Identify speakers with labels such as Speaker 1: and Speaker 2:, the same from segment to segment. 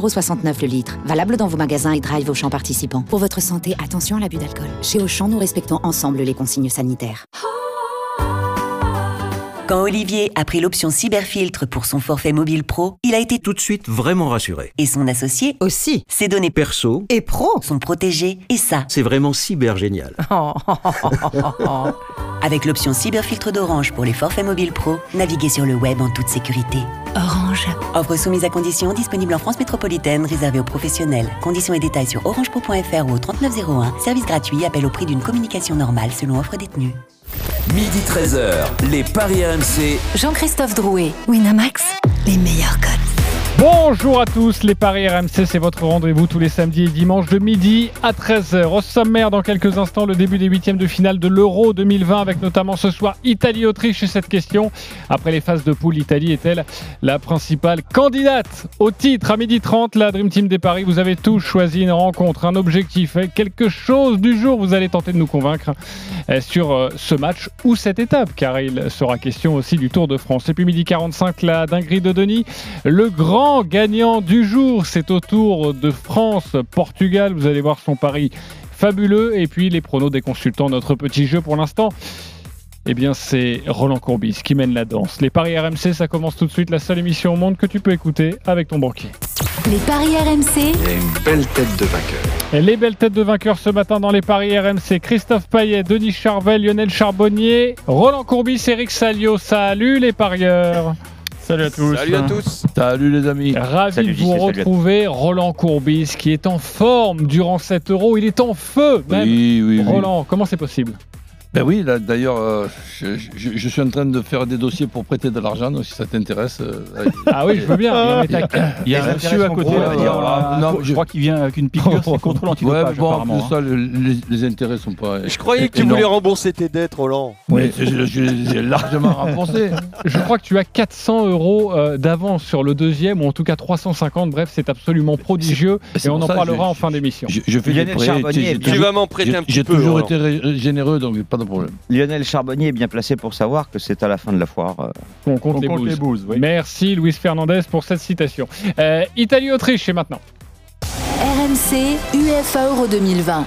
Speaker 1: 1,69€ le litre. Valable dans vos magasins et drive aux champs participants. Pour votre santé, attention à l'abus d'alcool. Chez Auchan, nous respectons ensemble les consignes sanitaires.
Speaker 2: Quand Olivier a pris l'option cyberfiltre pour son forfait mobile pro, il a été
Speaker 3: tout de suite vraiment rassuré.
Speaker 2: et son associé,
Speaker 4: Aussi.
Speaker 2: ses données
Speaker 3: Perso,
Speaker 4: Et pro.
Speaker 2: sont protégées et ça,
Speaker 3: c'est vraiment cyber génial.
Speaker 4: Oh, oh, oh, oh, oh.
Speaker 2: avec l'option cyberfiltre d'Orange pour les forfaits mobiles pro, naviguez sur le web en toute sécurité.
Speaker 5: Orange.
Speaker 2: Offre soumise à condition, disponible en France métropolitaine, réservée aux professionnels. Conditions et détails sur orangepro.fr ou au 3901. Service gratuit, appel au prix d'une communication normale selon offre détenue.
Speaker 6: Midi 13h, les Paris RMC.
Speaker 5: Jean-Christophe Drouet. Winamax. Les meilleurs codes.
Speaker 7: Bonjour à tous, les Paris RMC, c'est votre rendez-vous tous les samedis et dimanches de midi à 13h. Au sommaire, dans quelques instants, le début des huitièmes de finale de l'Euro 2020, avec notamment ce soir Italie-Autriche et cette question. Après les phases de poule, l'Italie est-elle la principale candidate au titre À midi 30, la Dream Team des Paris, vous avez tous choisi une rencontre, un objectif, eh, quelque chose du jour. Vous allez tenter de nous convaincre eh, sur euh, ce match ou cette étape, car il sera question aussi du Tour de France. Et puis midi 45, la dinguerie de Denis. Le grand gagnant du jour, c'est au tour de France-Portugal. Vous allez voir son pari fabuleux. Et puis les pronos des consultants, notre petit jeu pour l'instant. Eh bien, c'est Roland Courbis qui mène la danse. Les paris RMC, ça commence tout de suite. La seule émission au monde que tu peux écouter avec ton banquier.
Speaker 5: Les paris RMC.
Speaker 8: Il y a une belle tête de vainqueur.
Speaker 7: Et les belles têtes de vainqueurs ce matin dans les paris RMC. Christophe Payet, Denis Charvel, Lionel Charbonnier, Roland Courbis, Eric Salio. Salut les parieurs. Salut à tous.
Speaker 9: Salut à tous.
Speaker 10: Salut les amis.
Speaker 7: Ravi
Speaker 10: Salut,
Speaker 7: de vous
Speaker 10: JC, salut à tous.
Speaker 7: retrouver, Roland Courbis, qui est en forme durant 7 euros. Il est en feu, même.
Speaker 10: Oui, oui, oui.
Speaker 7: Roland, comment c'est possible
Speaker 10: Ben oui, là, d'ailleurs, euh, je, je- je suis en train de faire des dossiers pour prêter de l'argent, donc si ça t'intéresse. euh, allez.
Speaker 7: Ah oui, je veux bien. Non, mais t'inquiète.
Speaker 11: Il y a un monsieur à côté,
Speaker 10: gros,
Speaker 11: là,
Speaker 10: là,
Speaker 11: il y a-
Speaker 10: voilà.
Speaker 11: non,
Speaker 10: Non,
Speaker 11: je
Speaker 10: je-
Speaker 11: crois qu'il vient avec une piqûre, c'est contrôle
Speaker 10: ouais,
Speaker 11: antidopage
Speaker 10: mais bon, en
Speaker 11: apparemment. hein.
Speaker 10: plus, ça, le- les, les intérêts sont pas.
Speaker 9: Je croyais que tu
Speaker 10: énormes.
Speaker 9: voulais rembourser tes dettes, Roland.
Speaker 10: Oui, je, je- je les ai largement remboursé.
Speaker 7: Je crois que tu as 400 euros euh, d'avance sur le deuxième, ou en tout cas 350. Bref, c'est absolument prodigieux. Et
Speaker 10: c'est
Speaker 7: on
Speaker 10: pour
Speaker 7: en
Speaker 10: ça,
Speaker 7: parlera
Speaker 10: je-
Speaker 7: en fin d'émission.
Speaker 10: Je, je fais
Speaker 11: Lionel
Speaker 10: des prêts.
Speaker 11: Charbonnier
Speaker 10: tu sais,
Speaker 11: est
Speaker 10: j'ai
Speaker 11: bien-
Speaker 9: Tu
Speaker 10: toujours-
Speaker 9: vas m'en prêter
Speaker 10: j'ai-
Speaker 9: un petit
Speaker 10: J'ai
Speaker 9: peu.
Speaker 10: toujours
Speaker 9: Roland.
Speaker 10: été ré- généreux, donc pas de problème.
Speaker 12: Lionel Charbonnier est bien placé pour savoir que c'est à la fin de la foire. euh,
Speaker 7: On compte
Speaker 11: On
Speaker 7: les
Speaker 11: compte
Speaker 7: bouses.
Speaker 11: les bouses, oui.
Speaker 7: Merci Luis Fernandez pour cette citation. Euh, Italie-Autriche, et maintenant.
Speaker 5: RMC UEFA Euro 2020.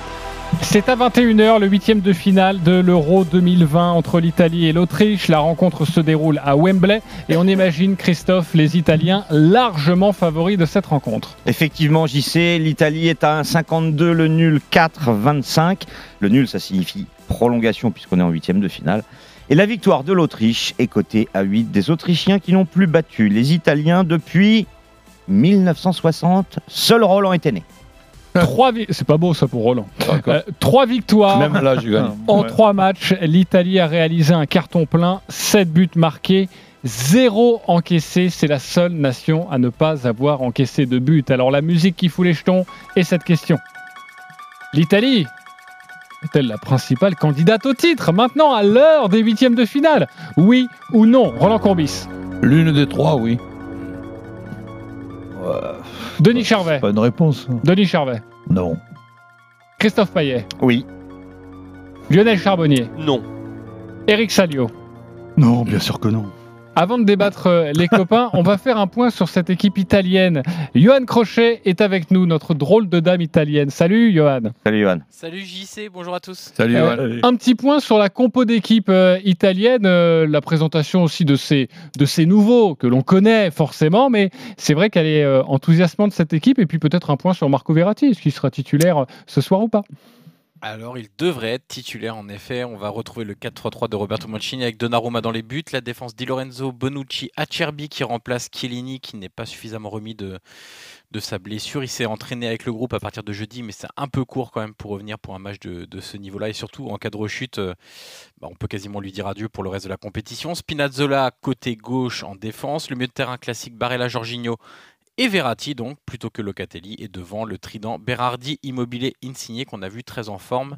Speaker 7: C'est à 21h le huitième de finale de l'Euro 2020 entre l'Italie et l'Autriche. La rencontre se déroule à Wembley et on imagine, Christophe, les Italiens largement favoris de cette rencontre.
Speaker 12: Effectivement, JC, l'Italie est à 1,52, le nul 4,25. Le nul, ça signifie prolongation puisqu'on est en huitième de finale. Et la victoire de l'Autriche est cotée à 8 des Autrichiens qui n'ont plus battu les Italiens depuis 1960. Seul Roland était né.
Speaker 7: Trois vi- C'est pas beau ça pour Roland.
Speaker 10: D'accord.
Speaker 7: Euh, trois victoires.
Speaker 10: Même là, je gagne.
Speaker 7: En
Speaker 11: Ouais.
Speaker 7: trois matchs, l'Italie a réalisé un carton plein, 7 buts marqués, 0 encaissé. C'est la seule nation à ne pas avoir encaissé de but. Alors la musique qui fout les jetons et cette question. L'Italie est-elle la principale candidate au titre maintenant à l'heure des huitièmes de finale Oui ou non Roland Courbis.
Speaker 10: L'une des trois, oui.
Speaker 7: Denis Charvet.
Speaker 10: Pas une réponse. hein.
Speaker 7: Denis Charvet.
Speaker 10: Non.
Speaker 7: Christophe Payet.
Speaker 12: Oui.
Speaker 7: Lionel Charbonnier.
Speaker 9: Non.
Speaker 7: Eric Salio.
Speaker 11: Non, bien sûr que non.
Speaker 7: Avant de débattre euh, les copains, on va faire un point sur cette équipe italienne. Johan Crochet est avec nous, notre drôle de dame italienne. Salut Johan.
Speaker 12: Salut Johan.
Speaker 9: Salut JC, bonjour à tous.
Speaker 10: Salut,
Speaker 7: Euh,
Speaker 10: Val.
Speaker 7: Un petit point sur la compo d'équipe euh, italienne, euh, la présentation aussi de ces, de ces nouveaux que l'on connaît forcément, mais c'est vrai qu'elle est euh, enthousiasmante cette équipe. Et puis peut-être un point sur Marco Verratti, est-ce qu'il sera titulaire euh, ce soir ou pas
Speaker 9: Alors, il devrait être titulaire en effet. On va retrouver le 4-3-3 de Roberto Mancini avec Donnarumma dans les buts. La défense Di Lorenzo, Bonucci, Acerbi qui remplace Chiellini qui n'est pas suffisamment remis de, de sa blessure. Il s'est entraîné avec le groupe à partir de jeudi, mais c'est un peu court quand même pour revenir pour un match de, de ce niveau-là. Et surtout, en cas de rechute, euh, bah, on peut quasiment lui dire adieu pour le reste de la compétition. Spinazzola côté gauche en défense. Le milieu de terrain classique Barella, Jorginho et Verratti donc plutôt que Locatelli et devant le trident Berardi Immobilier Insigné qu'on a vu très en forme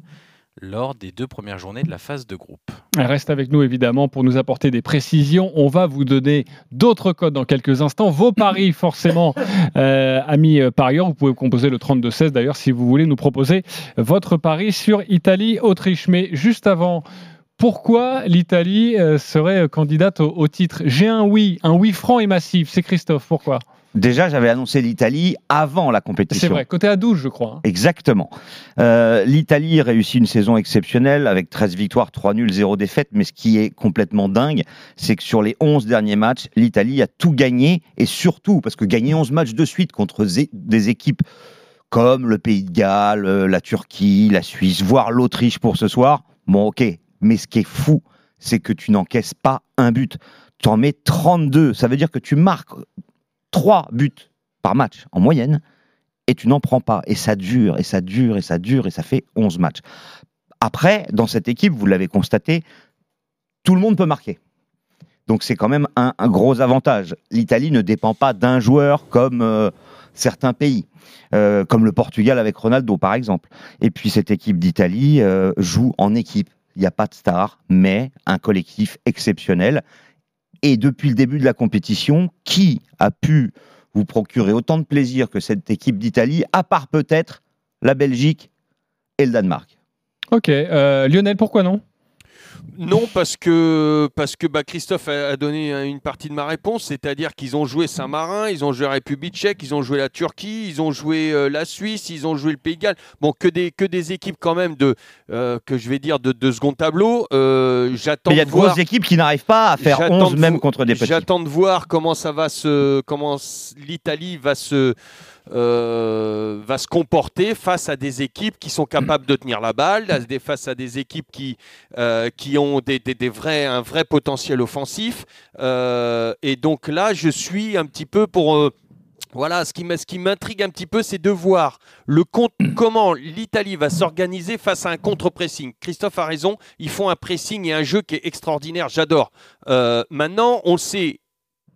Speaker 9: lors des deux premières journées de la phase de groupe.
Speaker 7: Reste avec nous évidemment pour nous apporter des précisions. On va vous donner d'autres codes dans quelques instants. Vos paris, forcément, euh, amis euh, parieurs, vous pouvez composer le 32-16 d'ailleurs si vous voulez nous proposer votre pari sur Italie-Autriche. Mais juste avant, pourquoi euh, l'Italie euh, serait candidate au, au titre J'ai un oui, un oui franc et massif. C'est Christophe, pourquoi
Speaker 12: Déjà, j'avais annoncé l'Italie avant la compétition.
Speaker 7: C'est vrai, côté à 12, je crois. hein.
Speaker 12: Exactement. Euh, L'Italie réussit une saison exceptionnelle avec 13 victoires, 3 nuls, 0 défaite. Mais ce qui est complètement dingue, c'est que sur les 11 derniers matchs, l'Italie a tout gagné. Et surtout, parce que gagner 11 matchs de suite contre zé- des équipes comme le Pays de Galles, euh, la Turquie, la Suisse, voire l'Autriche pour ce soir, bon, ok. Mais ce qui est fou, c'est que tu n'encaisses pas un but. Tu en mets 32. Ça veut dire que tu marques 3 buts par match en moyenne et tu n'en prends pas. Et ça dure, et ça dure, et ça dure, et ça fait 11 matchs. Après, dans cette équipe, vous l'avez constaté, tout le monde peut marquer. Donc c'est quand même un, un gros avantage. L'Italie ne dépend pas d'un joueur comme euh, certains pays, euh, comme le Portugal avec Ronaldo par exemple. Et puis cette équipe d'Italie euh, joue en équipe. Il n'y a pas de star, mais un collectif exceptionnel. Et depuis le début de la compétition, qui a pu vous procurer autant de plaisir que cette équipe d'Italie, à part peut-être la Belgique et le Danemark
Speaker 7: Ok, euh, Lionel, pourquoi non
Speaker 13: Non, parce que, parce que bah, Christophe a a donné hein, une partie de ma réponse, c'est-à-dire qu'ils ont joué Saint-Marin, ils ont joué la République tchèque, ils ont joué la Turquie, ils ont joué euh, la Suisse, ils ont joué le Pays de Galles. Bon, que des, que des équipes quand même de, euh, que je vais dire de, de second tableau. Euh, J'attends
Speaker 12: Mais Il y a
Speaker 13: de
Speaker 12: de
Speaker 13: voir-
Speaker 12: grosses équipes qui n'arrivent pas à faire
Speaker 13: J'attends
Speaker 12: 11
Speaker 13: de
Speaker 12: même
Speaker 13: vous-
Speaker 12: contre des petits.
Speaker 13: J'attends de voir comment ça va se, comment s- l'Italie va se, euh, va se comporter face à des équipes qui sont capables de tenir la balle, à des- face à des équipes qui, euh, qui ont des, des- des vrais, un vrai potentiel offensif. Euh, et donc là, je suis un petit peu pour. euh, voilà, ce qui m'a- ce qui m'intrigue un petit peu, c'est de voir le compte, comment l'Italie va s'organiser face à un contre-pressing. Christophe a raison, ils font un pressing et un jeu qui est extraordinaire, j'adore. Euh, maintenant, on sait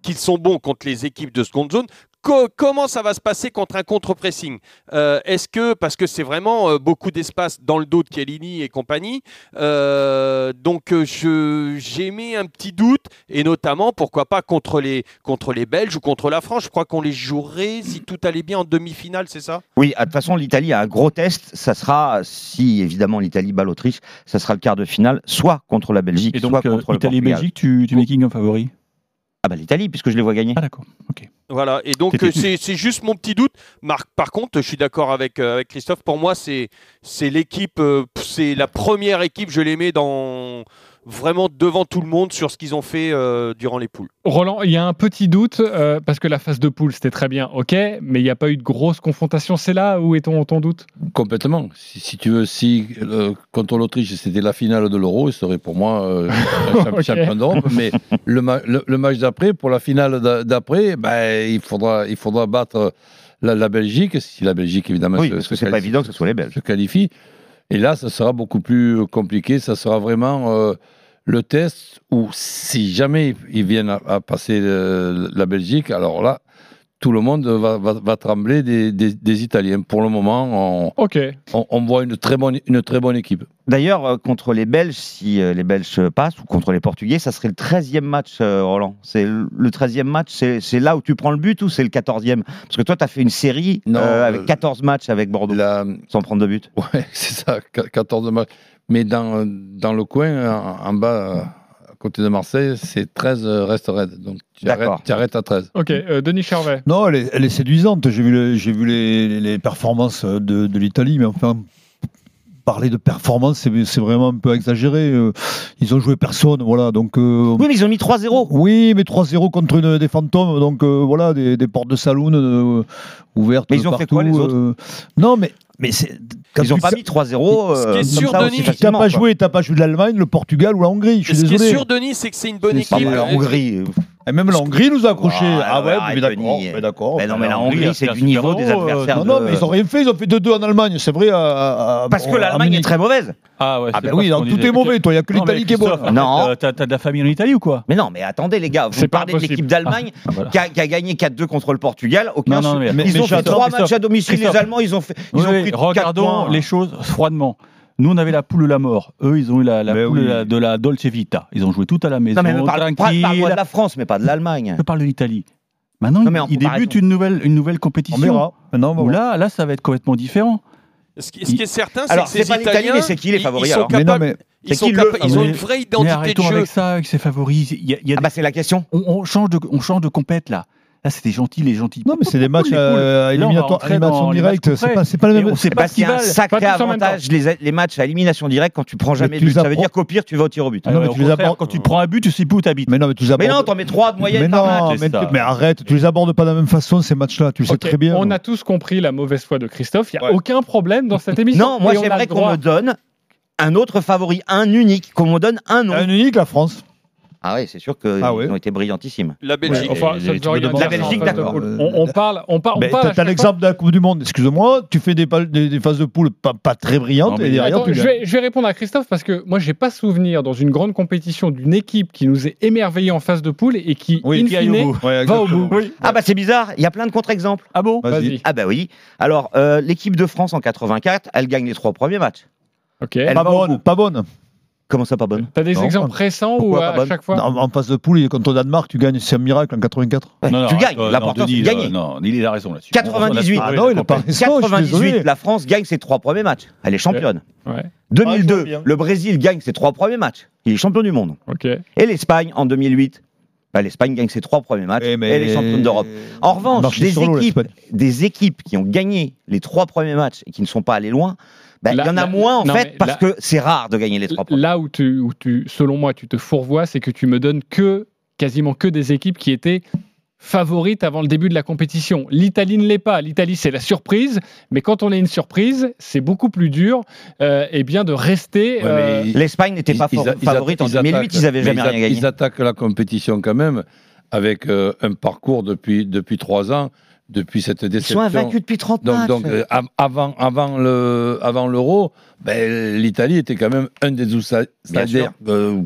Speaker 13: qu'ils sont bons contre les équipes de seconde zone. Co- comment ça va se passer contre un contre-pressing Euh, Est-ce que, parce que c'est vraiment euh, beaucoup d'espace dans le dos de Chiellini et compagnie, euh, donc euh, je- j'ai mis un petit doute, et notamment, pourquoi pas, contre les, contre les Belges ou contre la France. Je crois qu'on les jouerait, si tout allait bien, en demi-finale, c'est ça
Speaker 12: Oui, ah, de toute façon, l'Italie a un gros test. Ça sera, si évidemment l'Italie bat l'Autriche, ça sera le quart de finale, soit contre la Belgique,
Speaker 11: Et donc,
Speaker 12: soit
Speaker 11: euh,
Speaker 12: contre le Portugal.
Speaker 11: Italie-Belgique, tu, tu mets qui comme favori
Speaker 12: Ah bah l'Italie, puisque je les vois gagner.
Speaker 11: Ah d'accord.
Speaker 13: Voilà, et donc
Speaker 11: C'était
Speaker 13: euh,
Speaker 11: tout.
Speaker 13: c'est c'est juste mon petit doute. Marc, par contre, je suis d'accord avec, euh, avec Christophe. Pour moi, c'est c'est l'équipe, euh, pff, c'est la première équipe, je les mets dans, vraiment devant tout le monde sur ce qu'ils ont fait euh, durant les poules.
Speaker 7: Roland, il y a un petit doute, euh, parce que la phase de poule, c'était très bien, ok, mais il n'y a pas eu de grosse confrontation. C'est là où est ton, ton doute
Speaker 10: Complètement. Si, si tu veux, si euh, contre l'Autriche c'était la finale de l'Euro, il serait pour moi euh, un champ-
Speaker 7: Ok.
Speaker 10: champion d'Europe. Mais le, ma- le- le match d'après, pour la finale d'a- d'après, ben, il, faudra, il faudra battre la, la Belgique, si la Belgique évidemment
Speaker 12: Oui,
Speaker 10: se-
Speaker 12: parce
Speaker 10: se
Speaker 12: que c'est pas
Speaker 10: qualifie.
Speaker 12: évident que ce soit les Belges.
Speaker 10: se qualifie. Et là, ça sera beaucoup plus euh, compliqué. Ça sera vraiment euh, le test où, si jamais ils viennent à, à passer euh, la Belgique, alors là, tout le monde va, va- va trembler des, des- des Italiens. Pour le moment, on,
Speaker 7: Ok.
Speaker 10: on- on voit une très bonne, une très bonne équipe.
Speaker 12: D'ailleurs, euh, contre les Belges, si euh, les Belges euh, passent, ou contre les Portugais, ça serait le 13e match, euh, Roland. C'est le le 13e match, c'est c'est là où tu prends le but ou c'est le 14e Parce que toi, tu as fait une série
Speaker 10: Non,
Speaker 12: euh,
Speaker 10: euh,
Speaker 12: avec 14 matchs avec Bordeaux, sans prendre de but.
Speaker 10: Ouais, c'est ça, qu- 14 matchs. Mais dans, dans le coin, en, en bas, à côté de Marseille, c'est 13 restes raides. Donc tu arrêtes, tu arrêtes à 13.
Speaker 7: Ok, euh, Denis Charvet.
Speaker 14: Non, elle est, elle est séduisante. J'ai vu, le- j'ai vu les, les- les performances de, de l'Italie, mais enfin, parler de performance, c'est c'est vraiment un peu exagéré. Euh, Ils ont joué personne, voilà. Donc, euh,
Speaker 12: Oui, mais ils ont mis 3-0.
Speaker 14: Oui, mais 3-0 contre une, des fantômes, donc euh, voilà, des, des portes de saloon euh, ouvertes.
Speaker 12: Mais ils ont
Speaker 14: partout,
Speaker 12: fait quoi, les autres
Speaker 14: euh, Non, mais. mais c'est- quand
Speaker 12: Ils ont
Speaker 14: tu-
Speaker 12: pas mis 3-0.
Speaker 14: Ce
Speaker 12: euh,
Speaker 14: qui est
Speaker 12: comme
Speaker 14: sûr,
Speaker 12: ça, aussi
Speaker 14: Denis, t'as
Speaker 12: facilement, quoi.
Speaker 14: pas joué, t'as pas joué de l'Allemagne, le Portugal ou la Hongrie. Je suis
Speaker 13: Ce qui
Speaker 14: désolé.
Speaker 13: est sûr, Denis, c'est que c'est une bonne équipe.
Speaker 14: la
Speaker 12: Hongrie.
Speaker 14: Et même la Hongrie nous a accrochés.
Speaker 12: Ah,
Speaker 14: Ah, ouais,
Speaker 12: arrête,
Speaker 14: mais d'accord.
Speaker 12: Denis.
Speaker 14: mais d'accord.
Speaker 12: Ben non, mais la
Speaker 14: la
Speaker 12: Hongrie,
Speaker 14: Hongrie,
Speaker 12: c'est
Speaker 14: c'est
Speaker 12: du
Speaker 14: un
Speaker 12: niveau
Speaker 14: super
Speaker 12: des
Speaker 14: euro, euh,
Speaker 12: adversaires
Speaker 13: hein.
Speaker 14: Non,
Speaker 12: de-
Speaker 14: non, mais ils ont rien fait. Ils ont fait 2-2 en Allemagne, c'est vrai. à- à-
Speaker 12: Parce que
Speaker 14: à
Speaker 12: l'Allemagne
Speaker 14: Munich.
Speaker 12: est très mauvaise.
Speaker 11: Ah ouais.
Speaker 12: Ah
Speaker 11: c'est
Speaker 12: ben
Speaker 11: pas
Speaker 12: oui,
Speaker 11: ce
Speaker 12: non,
Speaker 11: qu'on
Speaker 12: tout
Speaker 11: disait.
Speaker 12: est mauvais, toi, il y a que
Speaker 11: Non, mais
Speaker 12: l'Italie qui est bonne.
Speaker 11: Christophe, en fait,
Speaker 12: Non.
Speaker 11: euh, T'as t'as de la famille en Italie ou quoi
Speaker 12: Mais non, mais attendez les gars, vous
Speaker 11: C'est pas
Speaker 12: parlez de
Speaker 11: impossible. Ah,
Speaker 12: l'équipe d'Allemagne
Speaker 11: voilà.
Speaker 12: qui, a, qui a gagné 4-2 contre le Portugal. Aucun
Speaker 11: Non, non, mais-
Speaker 12: ils
Speaker 11: mais- mais
Speaker 12: ont fait
Speaker 11: Christophe,
Speaker 12: trois
Speaker 11: Christophe,
Speaker 12: matchs à domicile.
Speaker 11: Christophe.
Speaker 12: Les Allemands, ils ont fait. Ils
Speaker 11: Oui,
Speaker 12: ont
Speaker 11: oui,
Speaker 12: pris quatre
Speaker 11: regardons
Speaker 12: points.
Speaker 11: les choses froidement. Nous, on avait la poule ou la mort. Eux, ils ont eu la, la poule de la- euh, de la Dolce Vita. Ils ont joué tout à la
Speaker 12: Non
Speaker 11: maison.
Speaker 12: mais me parle- parle-
Speaker 11: tranquille.
Speaker 12: parle-moi de la France, mais pas de l'Allemagne.
Speaker 11: Je parle de l'Italie. Maintenant,
Speaker 12: Non, mais en
Speaker 11: ils débutent
Speaker 12: comparaison.
Speaker 11: une nouvelle, une nouvelle compétition.
Speaker 12: On verra. Maintenant, on va
Speaker 11: Où
Speaker 12: voir.
Speaker 11: là, là, ça va être complètement différent.
Speaker 13: Ce qui, ce qui est certain, c'est
Speaker 11: Alors,
Speaker 13: que
Speaker 11: c'est
Speaker 13: ces
Speaker 11: pas l'Italie,
Speaker 13: Italiens,
Speaker 11: mais c'est qui les
Speaker 13: ils-
Speaker 11: favoris,
Speaker 13: ils sont
Speaker 11: alors Mais non,
Speaker 13: capables-
Speaker 11: mais
Speaker 13: ils
Speaker 11: c'est
Speaker 13: sont
Speaker 11: qui le
Speaker 13: capables- ils ont
Speaker 11: favori
Speaker 13: une vraie
Speaker 11: Mais
Speaker 13: identité de
Speaker 11: arrêtons
Speaker 13: jeu.
Speaker 11: avec ça, avec ses favoris. Il y a- il y a
Speaker 12: ah bah c'est la question.
Speaker 11: On, on change de, on change de compète là. Là, c'était gentil, les gentils.
Speaker 14: Non, mais c'est des matchs
Speaker 11: cool,
Speaker 14: euh, à
Speaker 11: les cool. Là, on va
Speaker 14: éliminatoire-
Speaker 11: rentrer
Speaker 14: élimination
Speaker 11: dans les
Speaker 14: directe.
Speaker 11: matchs
Speaker 14: C'est
Speaker 11: concrets.
Speaker 14: pas, c'est pas le
Speaker 11: Et
Speaker 14: même.
Speaker 11: on sait
Speaker 12: C'est pas qu'il y a un sacré
Speaker 11: Pas tous en même
Speaker 12: avantage, les, les matchs à élimination directe, quand tu prends jamais de
Speaker 14: tu
Speaker 12: but,
Speaker 14: les
Speaker 12: ça veut
Speaker 14: apprends-
Speaker 12: dire qu'au pire, tu vas au tir au but.
Speaker 14: Ah non, mais tu les abordes-
Speaker 11: Quand tu te prends un but, tu sais plus où t'habites.
Speaker 14: Mais non, mais tu les
Speaker 12: Mais non,
Speaker 14: abordes.
Speaker 12: t'en mets 3 de moyenne
Speaker 14: Mais
Speaker 12: par
Speaker 14: non,
Speaker 12: match.
Speaker 14: mais,
Speaker 12: c'est ça.
Speaker 14: mais arrête, tu les abordes pas de la même façon ces matchs-là, tu le sais
Speaker 7: Ok,
Speaker 14: très bien.
Speaker 7: On a tous compris la mauvaise foi de Christophe. Il n'y a aucun problème dans cette émission.
Speaker 12: Non, moi
Speaker 7: Et on a
Speaker 12: j'aimerais
Speaker 7: le
Speaker 12: qu'on
Speaker 7: droit.
Speaker 12: me donne un autre favori, un unique, qu'on me donne un nom. Un
Speaker 14: unique, la France.
Speaker 12: Ah oui, c'est sûr qu'ils ont été brillantissimes.
Speaker 13: La Belgique.
Speaker 7: Enfin, ça ne veut rien dire,
Speaker 12: la
Speaker 7: ça, en
Speaker 12: Belgique,
Speaker 7: fait,
Speaker 12: d'accord.
Speaker 7: On, on parle, on parle, on
Speaker 14: Mais
Speaker 7: parle à
Speaker 14: T'as t'as
Speaker 7: chaque
Speaker 14: l'exemple de la Coupe du Monde, excuse-moi, tu fais des, pal- des- des phases de poule pas, pas très brillantes et derrière
Speaker 7: Attends,
Speaker 14: tu
Speaker 7: je,
Speaker 14: gagnes.
Speaker 7: vais, je vais répondre à Christophe parce que moi, j'ai pas souvenir dans une grande compétition d'une équipe qui nous est émerveillée en phase de poule et qui, in
Speaker 12: qui aille
Speaker 7: fine,
Speaker 12: au bout.
Speaker 14: Ouais,
Speaker 7: va au
Speaker 12: exactement.
Speaker 7: bout.
Speaker 12: Ah bah c'est bizarre, il y a plein de contre-exemples.
Speaker 11: Ah bon
Speaker 7: Vas-y. Vas-y.
Speaker 12: Ah bah oui. Alors, euh, l'équipe de France en 84, elle gagne les trois premiers matchs.
Speaker 7: Ok.
Speaker 12: Elle
Speaker 14: Pas
Speaker 12: va au
Speaker 14: bonne, pas bonne.
Speaker 12: Comment ça, pas bonne
Speaker 7: T'as des
Speaker 14: Non.
Speaker 7: exemples récents ou
Speaker 12: Pourquoi
Speaker 7: à
Speaker 12: pas bonne
Speaker 7: chaque fois
Speaker 14: En, en phase de poule, contre le Danemark, tu gagnes, c'est un miracle en 84.
Speaker 11: Non, non,
Speaker 12: tu gagnes,
Speaker 11: attends,
Speaker 12: l'important,
Speaker 11: non, Denis,
Speaker 12: c'est de gagner.
Speaker 11: euh, Non, il a raison là-dessus.
Speaker 12: 98.
Speaker 14: Ah non, il a pas raison, je suis
Speaker 12: 98,
Speaker 14: désolé.
Speaker 12: la France gagne ses trois premiers matchs. Elle est championne.
Speaker 7: Ouais.
Speaker 12: 2002,
Speaker 14: bien.
Speaker 12: le Brésil gagne ses trois premiers matchs. Il est champion du monde.
Speaker 7: Ok.
Speaker 12: Et l'Espagne, en 2008, bah, l'Espagne gagne ses trois premiers matchs.
Speaker 14: Eh, mais-
Speaker 12: Elle est championne d'Europe. En revanche,
Speaker 14: Marche
Speaker 12: des
Speaker 14: sur l'eau,
Speaker 12: équipes,
Speaker 14: l'Espagne.
Speaker 12: des équipes qui ont gagné les trois premiers matchs et qui ne sont pas allées loin, bah, il
Speaker 7: Là-
Speaker 12: y en a
Speaker 7: là-
Speaker 12: moins en
Speaker 7: non,
Speaker 12: fait
Speaker 7: mais
Speaker 12: parce
Speaker 7: là-
Speaker 12: que c'est rare de gagner les trois premiers.
Speaker 7: Là où tu, où tu, selon moi, tu te fourvoies, c'est que tu me donnes que quasiment que des équipes qui étaient favorites avant le début de la compétition. L'Italie ne l'est pas. L'Italie, c'est la surprise. Mais quand on est une surprise, c'est beaucoup plus dur euh, eh bien, de rester.
Speaker 10: Ouais,
Speaker 7: euh,
Speaker 10: mais ils-
Speaker 12: L'Espagne n'était
Speaker 10: ils-
Speaker 12: pas
Speaker 10: ils-
Speaker 12: for-
Speaker 10: ils
Speaker 12: favorite en
Speaker 10: attaquent-
Speaker 12: 2008, ils n'avaient
Speaker 10: mais
Speaker 12: jamais
Speaker 10: atta-
Speaker 12: rien gagné.
Speaker 10: Ils attaquent la compétition quand même avec euh, un parcours depuis, depuis trois ans, depuis cette
Speaker 12: Ils sont
Speaker 10: déception.
Speaker 12: invaincus depuis 30
Speaker 10: donc,
Speaker 12: matchs.
Speaker 10: donc, euh, av- avant, avant, le, avant l'euro, ben, l'Italie était quand même un des outsiders
Speaker 12: Bien sûr.
Speaker 10: euh,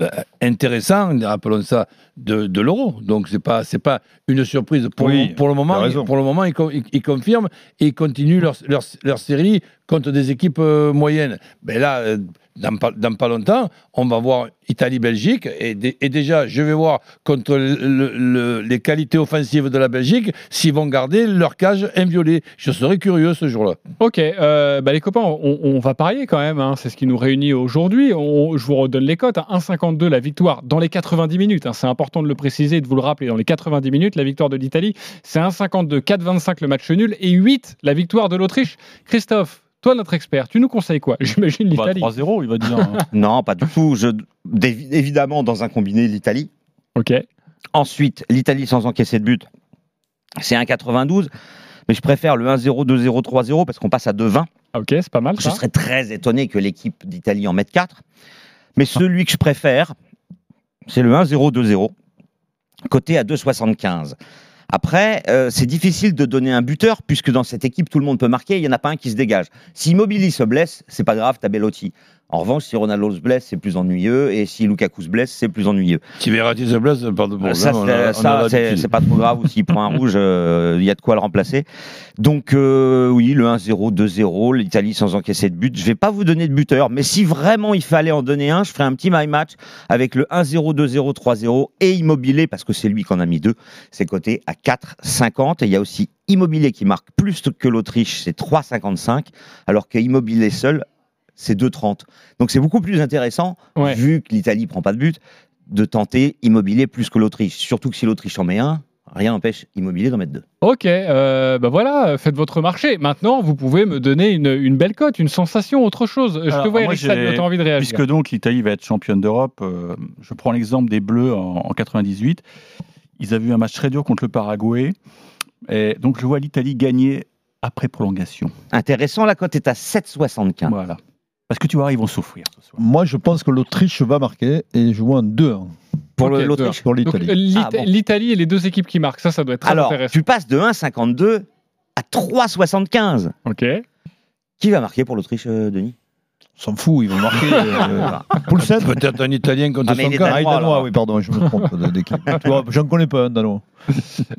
Speaker 10: euh, intéressants, rappelons ça, de, de l'euro. Donc c'est pas, c'est pas une surprise. Pour,
Speaker 14: Oui,
Speaker 10: le, pour le
Speaker 14: t'as
Speaker 10: moment,
Speaker 14: raison.
Speaker 10: pour le moment ils, co- ils- ils confirment et ils continuent leur, leur, leur série contre des équipes euh, moyennes. Mais là, euh, dans pas, dans pas longtemps, on va voir Italie-Belgique. Et, dé- et déjà, je vais voir contre le- le- les qualités offensives de la Belgique s'ils vont garder leur cage inviolée. Je serais curieux ce jour-là.
Speaker 7: Ok, euh, bah les copains, on, on va parier quand même. hein, c'est ce qui nous réunit aujourd'hui. On- Je vous redonne les cotes. hein, 1,52 la victoire dans les 90 minutes. hein, c'est important de le préciser et de vous le rappeler. Dans les 90 minutes, la victoire de l'Italie, c'est 1,52, 4,25 le match nul et 8 la victoire de l'Autriche. Christophe, toi notre expert, tu nous conseilles quoi J'imagine
Speaker 11: Bah,
Speaker 7: l'Italie.
Speaker 11: 3-0, il va dire. hein.
Speaker 12: Non, pas du tout. Je, d'évi- évidemment, dans un combiné, l'Italie.
Speaker 7: Ok.
Speaker 12: Ensuite, l'Italie sans encaisser de but, c'est 1,92. Mais je préfère le 1-0, 2-0, 3-0 parce qu'on passe à 2-20.
Speaker 7: Ah, ok, c'est pas mal.
Speaker 12: Je
Speaker 7: Ça.
Speaker 12: serais très étonné que l'équipe d'Italie en mette 4. Mais celui que je préfère, c'est le 1-0-2-0, côté à 2,75. Après, euh, c'est difficile de donner un buteur, puisque dans cette équipe, tout le monde peut marquer, il n'y en a pas un qui se dégage. Si Mobili se blesse, c'est pas grave, t'as Bellotti. En revanche, si Ronaldo se blesse, c'est plus ennuyeux, et si Lukaku se blesse, c'est plus ennuyeux.
Speaker 10: Si Verratti se blesse, pardon, bon,
Speaker 12: Ah, ça,
Speaker 10: là, on
Speaker 12: c'est-
Speaker 10: a- on a
Speaker 12: ça, c'est
Speaker 10: l'habitude.
Speaker 12: c'est pas trop grave. S'il prend un rouge, euh, il y a de quoi le remplacer. Donc, euh, oui, le 1-0, 2-0, l'Italie sans encaisser de but. Je vais pas vous donner de buteur, mais si vraiment il fallait en donner un, je ferai un petit my match avec le 1-0, 2-0, 3-0 et Immobilier, parce que c'est lui qu'on a mis deux. C'est coté à 4,50. Et il y a aussi Immobilier qui marque plus que l'Autriche, c'est 3,55, alors que Immobilier seul, c'est 2,30. Donc, c'est beaucoup plus intéressant,
Speaker 7: Ouais.
Speaker 12: vu que l'Italie prend pas de but de tenter Immobilier plus que l'Autriche. Surtout que si l'Autriche en met un, rien n'empêche Immobilier d'en mettre deux.
Speaker 7: Ok, euh, bah voilà, faites votre marché. Maintenant, vous pouvez me donner une, une belle cote, une sensation, autre chose. Je
Speaker 11: Alors,
Speaker 7: te vois,
Speaker 11: moi,
Speaker 7: Eric Salio,
Speaker 11: j'ai-
Speaker 7: t'as envie de réagir.
Speaker 11: Puisque donc l'Italie va être championne d'Europe, euh, je prends l'exemple des Bleus en, en 98. Ils avaient eu un match très dur contre le Paraguay. Et donc je vois l'Italie gagner après prolongation.
Speaker 12: Intéressant, la cote est à 7,75.
Speaker 11: Voilà. Parce que tu vois, ils vont souffrir ce soir.
Speaker 14: Moi, je pense que l'Autriche va marquer et je vois un 2
Speaker 12: Pour
Speaker 7: Ok,
Speaker 12: le- l'Autriche.
Speaker 14: pour
Speaker 7: Donc,
Speaker 14: l'Italie.
Speaker 7: Euh, l'It-
Speaker 12: Ah, bon.
Speaker 7: l'Italie et les deux équipes qui marquent, ça, ça doit être très
Speaker 12: Alors,
Speaker 7: intéressant.
Speaker 12: tu passes de 1,52 à 3,75.
Speaker 7: Ok.
Speaker 12: Qui va marquer pour l'Autriche, euh, Denis
Speaker 14: On s'en fout, ils vont marquer. euh, Poulsen
Speaker 10: Peut-être un Italien contre
Speaker 12: Ah, mais
Speaker 10: son
Speaker 12: il est
Speaker 10: camp.
Speaker 14: Ah,
Speaker 12: Danois,
Speaker 14: Danois,
Speaker 12: alors.
Speaker 14: oui, pardon, je me trompe de- d'équipe. Tu vois, J'en connais pas un Danois.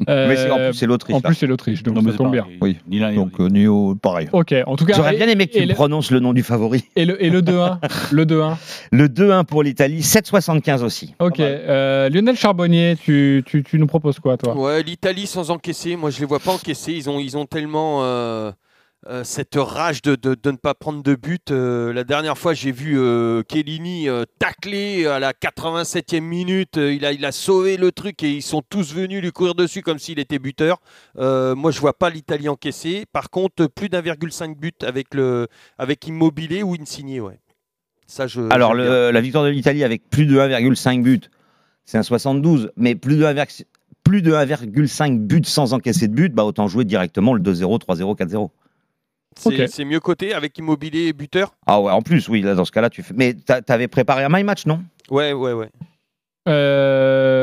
Speaker 12: Mais c'est- en plus, c'est l'Autriche.
Speaker 7: Euh, En
Speaker 12: là.
Speaker 7: plus, c'est l'Autriche, donc
Speaker 11: Non, mais
Speaker 7: ça
Speaker 11: c'est
Speaker 7: tombe
Speaker 11: pas-
Speaker 7: bien.
Speaker 14: Oui.
Speaker 11: Ni l'un ni l'autre.
Speaker 14: Donc, euh, Nio, pareil.
Speaker 7: Ok, en tout cas.
Speaker 12: J'aurais
Speaker 7: et-
Speaker 12: bien aimé que
Speaker 7: et
Speaker 12: tu me
Speaker 7: le-
Speaker 12: prononces le nom du favori.
Speaker 7: Et le, et le 2-1 Le 2-1.
Speaker 12: Le 2-1 pour l'Italie, 7,75 aussi.
Speaker 7: Ok. euh, Lionel Charbonnier, tu, tu, tu nous proposes quoi, toi
Speaker 13: Ouais, l'Italie sans encaisser. Moi, je les vois pas encaisser. Ils ont, ils ont tellement euh, euh, cette rage de, de- de ne pas prendre de but. Euh, la dernière fois, j'ai vu euh, Chiellini euh, tacler à la 87e minute. Euh, il, a, il a sauvé le truc et ils sont tous venus lui courir dessus comme s'il était buteur. Euh, moi, je vois pas l'Italie encaisser. Par contre, plus d'1,5 but avec, le, avec Immobilier ou Insigné. Ouais. Ça, Euh, je,
Speaker 12: Alors,
Speaker 13: j'aime
Speaker 12: le-
Speaker 13: bien.
Speaker 12: la victoire de l'Italie avec plus de 1,5 buts, c'est un 72, mais plus de 1,5 plus de 1,5 buts sans encaisser de but, bah autant jouer directement le 2-0, 3-0, 4-0.
Speaker 13: c'est c'est mieux côté avec Immobilier et buteur
Speaker 12: Ah ouais, en plus, oui, là, dans ce cas-là, tu fais. Mais t'a- t'avais préparé un my match, non
Speaker 13: Ouais, ouais, ouais.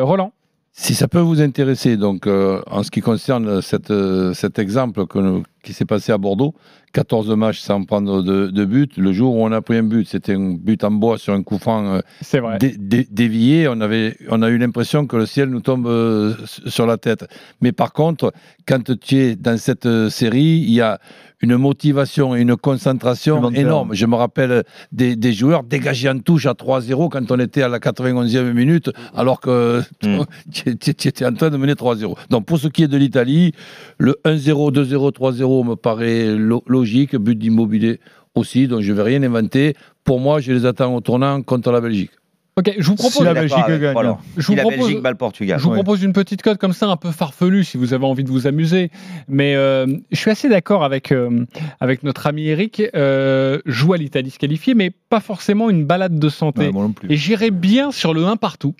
Speaker 7: Roland
Speaker 10: Si ça peut vous intéresser, donc euh, en ce qui concerne cette, euh, cet exemple que nous- qui s'est passé à Bordeaux, 14 matchs sans prendre de, de but, le jour où on a pris un but, c'était un but en bois sur un coup franc euh, dé- dé- dévié, on, avait, on a eu l'impression que le ciel nous tombe euh, s- sur la tête. Mais par contre, quand tu es dans cette euh, série, il y a une motivation et une concentration
Speaker 14: Supplémentaire.
Speaker 10: énorme. Je me rappelle des, des joueurs dégagés en touche à 3-0 quand on était à la 91e minute, alors que tu tu- tu étais en train de mener 3-0. Donc pour ce qui est de l'Italie, le 1-0, 2-0, 3-0 me paraît lo- logique, but d'immobilier aussi, donc je ne vais rien inventer. Pour moi, je les attends au tournant contre la Belgique.
Speaker 7: Ok, je vous propose.
Speaker 10: Si la Belgique gagne, hein. alors.
Speaker 7: Je
Speaker 10: Si
Speaker 7: vous
Speaker 10: la
Speaker 7: propose-
Speaker 10: Belgique bat le Portugal.
Speaker 7: Je vous
Speaker 10: Ouais.
Speaker 7: propose une petite cote comme ça, un peu farfelue, si vous avez envie de vous amuser. Mais euh, je suis assez d'accord avec, euh, avec notre ami Eric. Euh, joue à l'Italie se qualifier, mais pas forcément une balade de santé.
Speaker 14: Ouais, moi non plus.
Speaker 7: Et j'irai bien sur le 1 partout,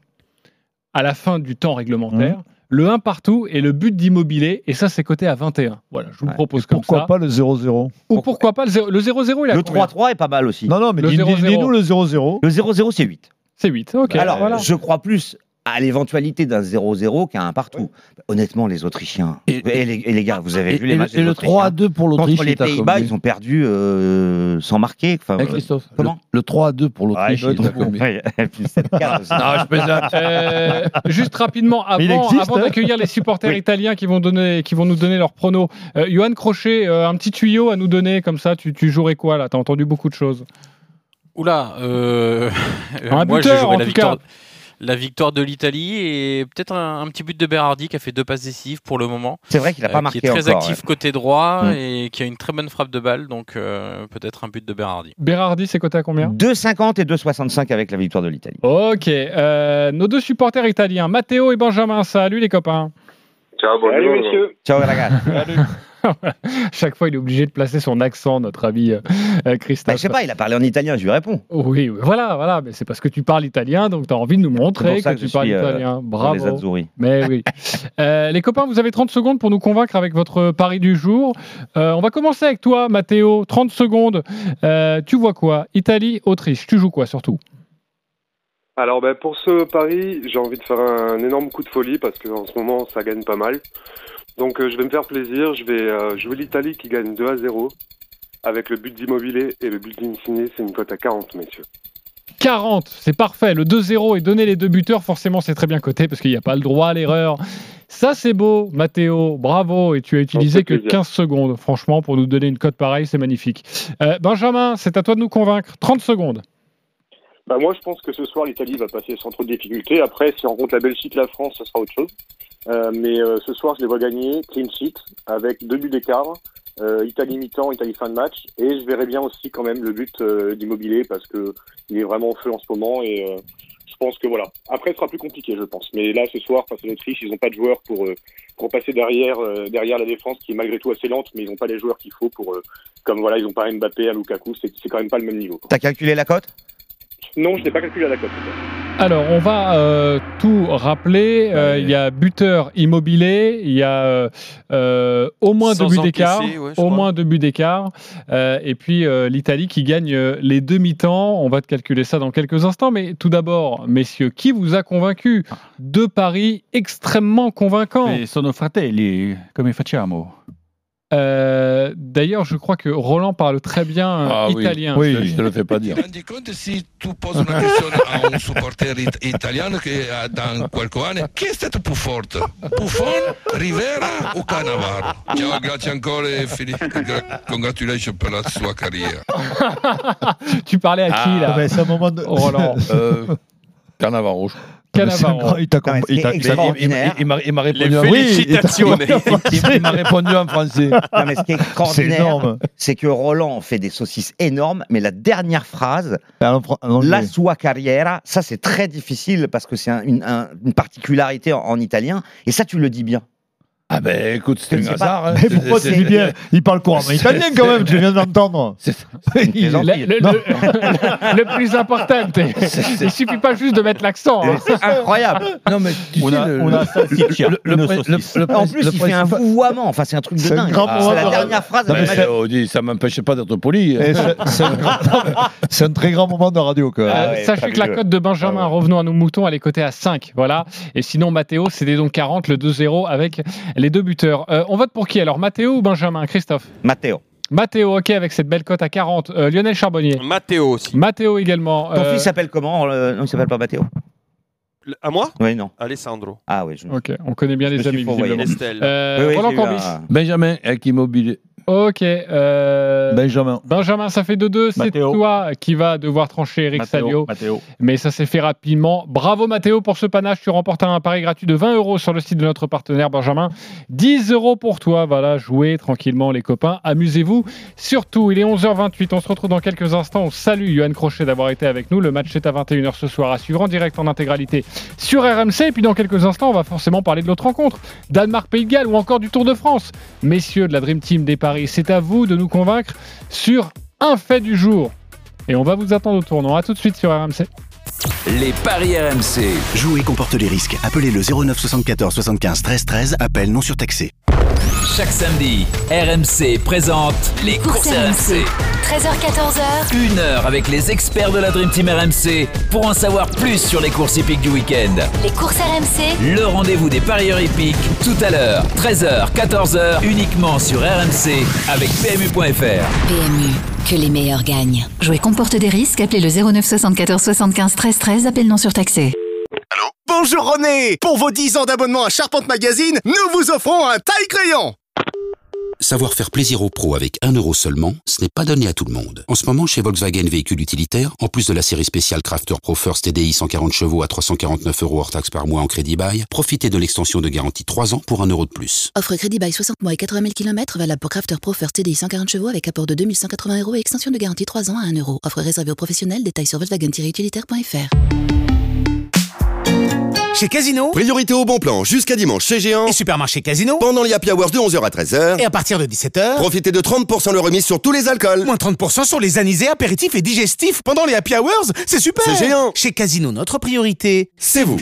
Speaker 7: à la fin du temps réglementaire. Le 1 partout et le but d'immobilier. Et ça, c'est coté à 21. Voilà, je vous le propose comme
Speaker 14: Pourquoi
Speaker 7: ça.
Speaker 14: pas le 0-0
Speaker 7: Ou pourquoi pas le 0 le 0-0 il a
Speaker 14: Le
Speaker 7: combien
Speaker 12: 3-3 est pas mal aussi.
Speaker 14: Non, non, mais
Speaker 7: Ah Le
Speaker 14: dis- dis-
Speaker 7: 0-0.
Speaker 14: dis-nous le 0-0.
Speaker 12: Le 0-0, c'est 8.
Speaker 7: C'est 8, ok.
Speaker 12: Alors,
Speaker 7: voilà.
Speaker 12: je crois plus à l'éventualité d'un 0-0 qu'à un partout. Bah, Honnêtement, les Autrichiens. Et, les, et les gars, vous avez
Speaker 10: et-
Speaker 12: vu les
Speaker 10: et
Speaker 12: matchs
Speaker 10: le- et
Speaker 12: des
Speaker 10: le
Speaker 12: Autrichiens.
Speaker 10: 3-2 pour l'Autriche,
Speaker 12: Contre les
Speaker 10: c'est à
Speaker 12: Pays-Bas,
Speaker 10: combien
Speaker 12: ils ont perdu euh, sans marquer. Enfin,
Speaker 10: Eh,
Speaker 12: euh,
Speaker 10: Christophe, le-
Speaker 12: comment
Speaker 10: le, 3-2 pour l'Autriche,
Speaker 12: Ouais,
Speaker 10: il est à combien
Speaker 12: ouais, plus 7-4 aussi.
Speaker 10: Non, je plaisante.
Speaker 7: Euh, juste rapidement,
Speaker 12: Mais il
Speaker 7: avant,
Speaker 12: existe,
Speaker 7: avant
Speaker 12: hein
Speaker 7: d'accueillir les supporters
Speaker 12: Oui.
Speaker 7: italiens qui vont, donner, qui vont nous donner leurs pronos, euh, Johan Crochet, euh, un petit tuyau à nous donner, comme ça, tu, tu jouerais quoi là T'as entendu beaucoup de choses.
Speaker 9: Oula, euh, moi
Speaker 7: Un buteur,
Speaker 9: je jouerais
Speaker 7: en
Speaker 9: la
Speaker 7: tout
Speaker 9: victoire,
Speaker 7: cas.
Speaker 9: la victoire de l'Italie et peut-être un, un petit but de Berardi qui a fait deux passes décisives pour le moment. Euh,
Speaker 12: C'est vrai qu'il a pas marqué
Speaker 9: Qui est très
Speaker 12: encore,
Speaker 9: actif
Speaker 12: ouais.
Speaker 9: côté droit
Speaker 12: Mm.
Speaker 9: et qui a une très bonne frappe de balle, donc euh, peut-être un but de Berardi.
Speaker 7: Berardi, c'est coté à combien
Speaker 12: 2,50 et 2,65 avec la victoire de l'Italie.
Speaker 7: Ok, euh, nos deux supporters italiens, Matteo et Benjamin, salut les copains.
Speaker 15: Ciao, bonjour.
Speaker 7: Salut, messieurs.
Speaker 12: Ciao, ragazzi.
Speaker 7: Chaque fois, il est obligé de placer son accent, notre ami euh, euh, Christophe.
Speaker 12: Bah, je sais pas, il a parlé en italien, je lui réponds.
Speaker 7: Oui, oui, voilà, voilà, mais c'est parce que tu parles italien, donc tu as envie de nous montrer
Speaker 12: pour ça
Speaker 7: que,
Speaker 12: que
Speaker 7: tu
Speaker 12: je
Speaker 7: parles
Speaker 12: suis, euh,
Speaker 7: italien.
Speaker 12: dans
Speaker 7: Bravo.
Speaker 12: les Azzurri.
Speaker 7: Mais oui. Euh, les copains, vous avez 30 secondes pour nous convaincre avec votre pari du jour. Euh, on va commencer avec toi, Matteo. 30 secondes. Euh, tu vois quoi Italie, Autriche. Tu joues quoi surtout
Speaker 15: Alors ben, pour ce pari, j'ai envie de faire un énorme coup de folie parce qu'en ce moment ça gagne pas mal. Donc euh, je vais me faire plaisir, je vais euh, jouer l'Italie qui gagne 2 à 0 avec le but d'immobilier et le but d'insigné, c'est une cote à 40 messieurs.
Speaker 7: 40, c'est parfait. Le 2-0 et donner les deux buteurs, forcément, c'est très bien coté parce qu'il n'y a pas le droit à l'erreur. Ça, c'est beau, Matteo. Bravo. Et tu as utilisé
Speaker 15: fait
Speaker 7: que
Speaker 15: plaisir.
Speaker 7: 15 secondes, franchement, pour nous donner une cote pareille. C'est magnifique. Euh, Benjamin, c'est à toi de nous convaincre. 30 secondes.
Speaker 16: Bah moi, je pense que ce soir, l'Italie va passer sans trop de difficultés. Après, si on rencontre la Belgique, la France, ce sera autre chose. Euh, mais euh, ce soir, je les vois gagner clean sheet avec deux buts d'écart. Euh, Italie mi-temps, Italie fin de match. Et je verrai bien aussi quand même le but euh, d'Immobilier parce que il est vraiment au feu en ce moment. Et euh, je pense que voilà. Après, ce sera plus compliqué, je pense. Mais là, ce soir, face à l'Autriche, ils n'ont pas de joueurs pour, euh, pour passer derrière, euh, derrière la défense qui est malgré tout assez lente. Mais ils n'ont pas les joueurs qu'il faut pour... euh, comme voilà, ils n'ont pas Mbappé, un Lukaku. C'est c'est quand même pas le même niveau. quoi.
Speaker 12: T'as calculé la cote
Speaker 16: Non, je n'ai pas calculé à la cote.
Speaker 7: Alors, on va euh, tout rappeler. Euh, Il y a buteur immobilier, il y a euh, euh, au moins
Speaker 9: Sans
Speaker 7: deux buts d'écart.
Speaker 9: encaisser, ouais, je
Speaker 7: au
Speaker 9: crois.
Speaker 7: moins deux buts d'écart. Euh, et puis, euh, l'Italie qui gagne euh, les demi-temps. On va te calculer ça dans quelques instants. Mais tout d'abord, messieurs, qui vous a convaincu Deux paris extrêmement convaincants.
Speaker 11: Et sono fratelli, come facciamo
Speaker 7: Euh, D'ailleurs, je crois que Roland parle très bien euh, italien.
Speaker 10: Ah je te le fais pas dire.
Speaker 17: rendi conto se tu poses una questione a un supporter it- italiano che ha da qualche anno chi è stato più forte? Buffon, Rivera o Cannavaro? Ciao, grazie ancora e fili- gra- congratulations per la sua carriera.
Speaker 7: tu parlais à qui là
Speaker 14: Ah, ben, c'est un moment de-
Speaker 7: Roland.
Speaker 10: Euh, Cannavaro. je crois.
Speaker 7: Cannavaro.
Speaker 14: Il t'a compris.
Speaker 10: Il t'a- il- il- il- il- il m'a- il m'a répondu en
Speaker 12: félicitations.
Speaker 10: Oui, il t'a- il m'a répondu en français.
Speaker 12: Non, mais ce qui est extraordinaire,
Speaker 10: énorme.
Speaker 12: c'est que Roland fait des saucisses énormes, mais la dernière phrase,
Speaker 10: Ben,
Speaker 14: anglais.
Speaker 12: la sua carriera, ça c'est très difficile parce que c'est un- une, un- une particularité en, en italien, et ça tu le dis bien.
Speaker 10: Ah ben écoute, c'est
Speaker 12: un
Speaker 10: hasard, hein.
Speaker 14: Mais pourquoi tu dis bien Il parle couramment italien quand même, tu viens d'entendre.
Speaker 7: Le, le- le- le plus important, il suffit pas juste de mettre l'accent. hein.
Speaker 12: incroyable.
Speaker 10: Non, mais
Speaker 12: On a- on
Speaker 7: Ah,
Speaker 12: a un salsiccia, une saucisse. En plus, il fait un vouvoiement, enfin c'est un truc de dingue. C'est la dernière phrase.
Speaker 10: Non, mais
Speaker 12: de-
Speaker 10: ça, on dit, ça m'empêche pas d'être poli.
Speaker 14: Et c'est- c'est un grand- C'est un très grand moment de radio. Quoi.
Speaker 7: Euh,
Speaker 12: Ah
Speaker 7: sachez que la cote de Benjamin, revenons à nos moutons, elle est cotée à 5. Voilà. Et sinon, Matteo, c'était donc 40, le 2-0 avec les deux buteurs. Euh, on vote pour qui alors Matteo ou Benjamin Christophe
Speaker 12: Matteo.
Speaker 7: Matteo, ok, avec cette belle cote à 40. Euh, Lionel Charbonnier.
Speaker 13: Matteo aussi.
Speaker 7: Matteo également.
Speaker 12: Ton
Speaker 7: Euh,
Speaker 12: fils s'appelle comment euh, Non, il s'appelle pas Matteo.
Speaker 13: Le- À moi
Speaker 12: Oui, non.
Speaker 13: Alessandro.
Speaker 12: Ah oui, je...
Speaker 7: Ok, on connaît bien les amis, visiblement.
Speaker 13: Estelle.
Speaker 7: Euh, Roland Corbis.
Speaker 10: Benjamin avec Immobilier.
Speaker 7: Ok. euh,
Speaker 14: Benjamin.
Speaker 7: Benjamin, ça fait 2-2. C'est
Speaker 10: Matteo.
Speaker 7: toi qui va devoir trancher Eric
Speaker 10: Matteo,
Speaker 7: Salio.
Speaker 10: Matteo.
Speaker 7: Mais ça s'est fait rapidement. Bravo Mathéo pour ce panache. Tu remportes un pari gratuit de 20 euros sur le site de notre partenaire Benjamin. 10 euros pour toi. Voilà, jouez tranquillement les copains. Amusez-vous. Surtout, il est 11h28. On se retrouve dans quelques instants. On salue Johan Crochet d'avoir été avec nous. Le match est à 21h ce soir à suivre en direct en intégralité sur RMC. Et puis dans quelques instants, on va forcément parler de l'autre rencontre. Danemark-Pays de Galles ou encore du Tour de France. Messieurs de la Dream Team des paris, c'est à vous de nous convaincre sur un fait du jour. Et on va vous attendre au tournant. A tout de suite sur RMC.
Speaker 6: Les paris RMC.
Speaker 18: Jouer comporte les risques. Appelez le 09 74 75 13 13. Appel non surtaxé.
Speaker 6: Chaque samedi, RMC présente les courses RMC.
Speaker 5: 13h14h,
Speaker 6: Une heure avec les experts de la Dream Team RMC pour en savoir plus sur les courses hippiques du week-end.
Speaker 5: les courses RMC,
Speaker 6: Le rendez-vous des parieurs hippiques tout à l'heure, 13h, 14h, uniquement sur RMC avec PMU.fr.
Speaker 5: PMU, que les meilleurs gagnent. Jouer comporte des risques, appelez le 09 74 75 13 13, appel non surtaxé.
Speaker 19: Bonjour René Pour vos 10 ans d'abonnement à Charpente Magazine, nous vous offrons un taille-crayon
Speaker 20: Savoir faire plaisir aux pros avec 1 euro seulement, ce n'est pas donné à tout le monde. En ce moment, chez Volkswagen Véhicules Utilitaires, en plus de la série spéciale Crafter Pro First TDI 140 chevaux à 349 euros hors taxe par mois en crédit bail, profitez de l'extension de garantie 3 ans pour 1 euro de plus.
Speaker 21: Offre crédit bail 60 mois et 80 000 km valable pour Crafter Pro First TDI 140 chevaux avec apport de 2180 euros et extension de garantie 3 ans à 1 euro. Offre réservée aux professionnels, détails sur volkswagen-utilitaire.fr.
Speaker 19: Chez Casino Priorité au bon plan jusqu'à dimanche chez Géant et Supermarché Casino pendant les happy hours de 11h à 13h et à partir de 17h profitez de 30% de remise sur tous les alcools moins 30% sur les anisés, apéritifs et digestifs pendant les happy hours c'est super C'est Géant Chez Casino notre priorité c'est vous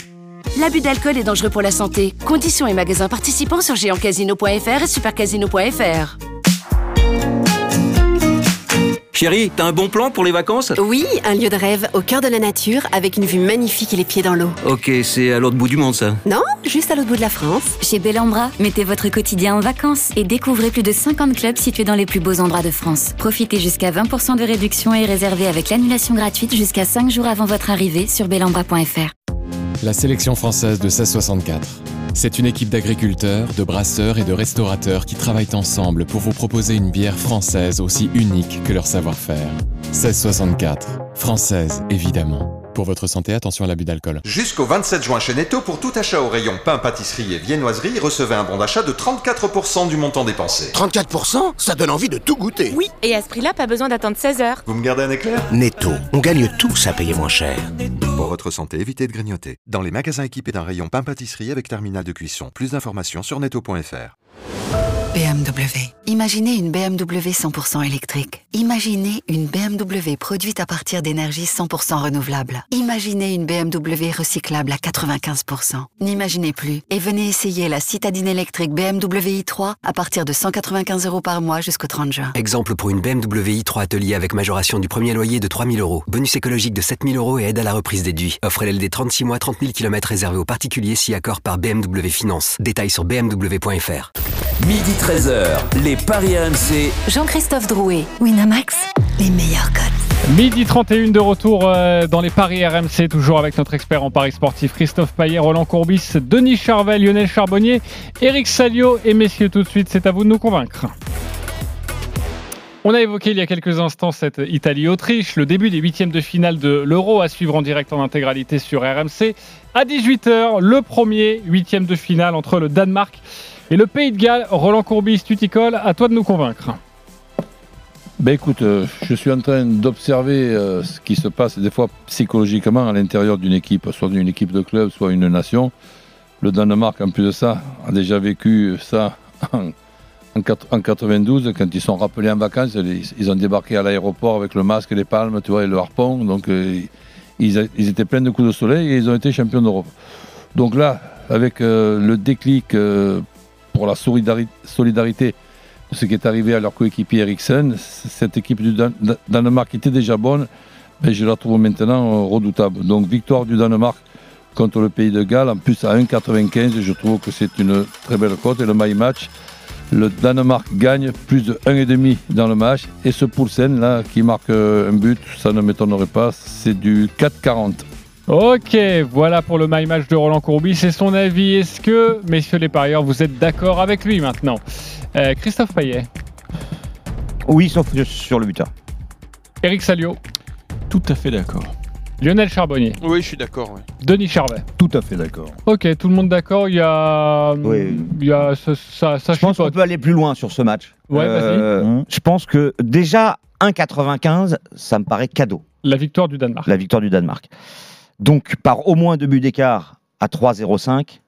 Speaker 22: L'abus d'alcool est dangereux pour la santé. Conditions et magasins participants sur géantcasino.fr et supercasino.fr.
Speaker 23: Chérie, t'as un bon plan pour les vacances
Speaker 24: Oui, un lieu de rêve au cœur de la nature avec une vue magnifique et les pieds dans l'eau.
Speaker 23: Ok, c'est à l'autre bout du monde ça.
Speaker 24: Non, juste à l'autre bout de la France.
Speaker 21: Chez Bellambra, mettez votre quotidien en vacances et découvrez plus de 50 clubs situés dans les plus beaux endroits de France. Profitez jusqu'à 20% de réduction et réservez avec l'annulation gratuite jusqu'à 5 jours avant votre arrivée sur bellambra.fr.
Speaker 25: La sélection française de 1664. C'est une équipe d'agriculteurs, de brasseurs et de restaurateurs qui travaillent ensemble pour vous proposer une bière française aussi unique que leur savoir-faire. 1664. Française, évidemment. Pour votre santé, attention à l'abus d'alcool.
Speaker 26: Jusqu'au 27 juin chez Netto, pour tout achat au rayon pain, pâtisserie et viennoiserie, recevez un bon d'achat de 34% du montant dépensé.
Speaker 19: 34% ça donne envie de tout goûter
Speaker 27: Oui, et à ce prix-là, pas besoin d'attendre 16 heures.
Speaker 26: Vous me gardez un éclair
Speaker 19: Netto on gagne tous à payer moins cher
Speaker 26: Pour votre santé, évitez de grignoter. Dans les magasins équipés d'un rayon pain, pâtisserie avec terminal de cuisson. Plus d'informations sur netto.fr.
Speaker 5: BMW. Imaginez une BMW 100% électrique. Imaginez une BMW produite à partir d'énergie 100% renouvelable. Imaginez une BMW recyclable à 95%. N'imaginez plus et venez essayer la citadine électrique BMW i3 à partir de 195 euros par mois jusqu'au 30 juin.
Speaker 28: Exemple pour une BMW i3 Atelier avec majoration du premier loyer de 3 000 euros, bonus écologique de 7 000 euros et aide à la reprise déduit. Offre LLD 36 mois, 30 000 km réservé aux particuliers si accord par BMW Finance. Détails sur bmw.fr.
Speaker 6: Midi 13h, les paris RMC.
Speaker 5: Jean-Christophe Drouet. Winamax, les meilleurs codes.
Speaker 7: Midi 31 de retour euh, dans les paris RMC, toujours avec notre expert en paris sportif Christophe Payet, Roland Courbis, Denis Charvel, Lionel Charbonnier, Eric Salio. Et messieurs, tout de suite, c'est à vous de nous convaincre. On a évoqué il y a quelques instants cette Italie-Autriche, le début des huitièmes de finale de l'Euro à suivre en direct en intégralité sur RMC. À 18h, le premier huitième de finale entre le Danemark et le Pays de Galles. Roland Courbis, tu t'y colles, à toi de nous convaincre.
Speaker 10: Ben écoute, euh, je suis en train d'observer euh, ce qui se passe des fois psychologiquement à l'intérieur d'une équipe, soit d'une équipe de club, soit une nation. Le Danemark, en plus de ça, a déjà vécu ça en, en quat- en 92, quand ils sont rappelés en vacances, ils, ils ont débarqué à l'aéroport avec le masque, les palmes, tu vois, et le harpon. Donc euh, ils, a- ils étaient pleins de coups de soleil et ils ont été champions d'Europe. Donc là, avec euh, le déclic euh, pour la solidari- solidarité, ce qui est arrivé à leur coéquipier Eriksen, c- cette équipe du Dan- Dan- Danemark était déjà bonne, mais je la trouve maintenant euh, redoutable. Donc victoire du Danemark contre le pays de Galles, en plus à 1,95, je trouve que c'est une très belle cote. Et le my match, le Danemark gagne plus de 1,5 dans le match. Et ce Poulsen, là, qui marque euh, un but, ça ne m'étonnerait pas, c'est du 4,40.
Speaker 7: Ok, voilà pour le My Match de Roland Courbis. C'est son avis. Est-ce que, messieurs les parieurs, vous êtes d'accord avec lui maintenant Euh, Christophe Payet,
Speaker 12: Oui, sauf que sur le buteur.
Speaker 7: Eric Salio,
Speaker 11: Tout à fait d'accord.
Speaker 7: Lionel Charbonnier,
Speaker 13: Oui, je suis d'accord. ouais.
Speaker 7: Denis Charvet.
Speaker 14: Tout à fait d'accord.
Speaker 7: Ok, tout le monde d'accord. Il y a.
Speaker 12: Oui.
Speaker 7: Il y a ça, ça, ça
Speaker 12: Je pense qu'on peut aller plus loin sur ce match. Euh,
Speaker 7: Ouais, vas-y.
Speaker 12: Je pense que déjà 1,95, ça me paraît cadeau.
Speaker 7: La victoire du Danemark.
Speaker 12: La victoire du Danemark. Donc par au moins deux buts d'écart à 3,05,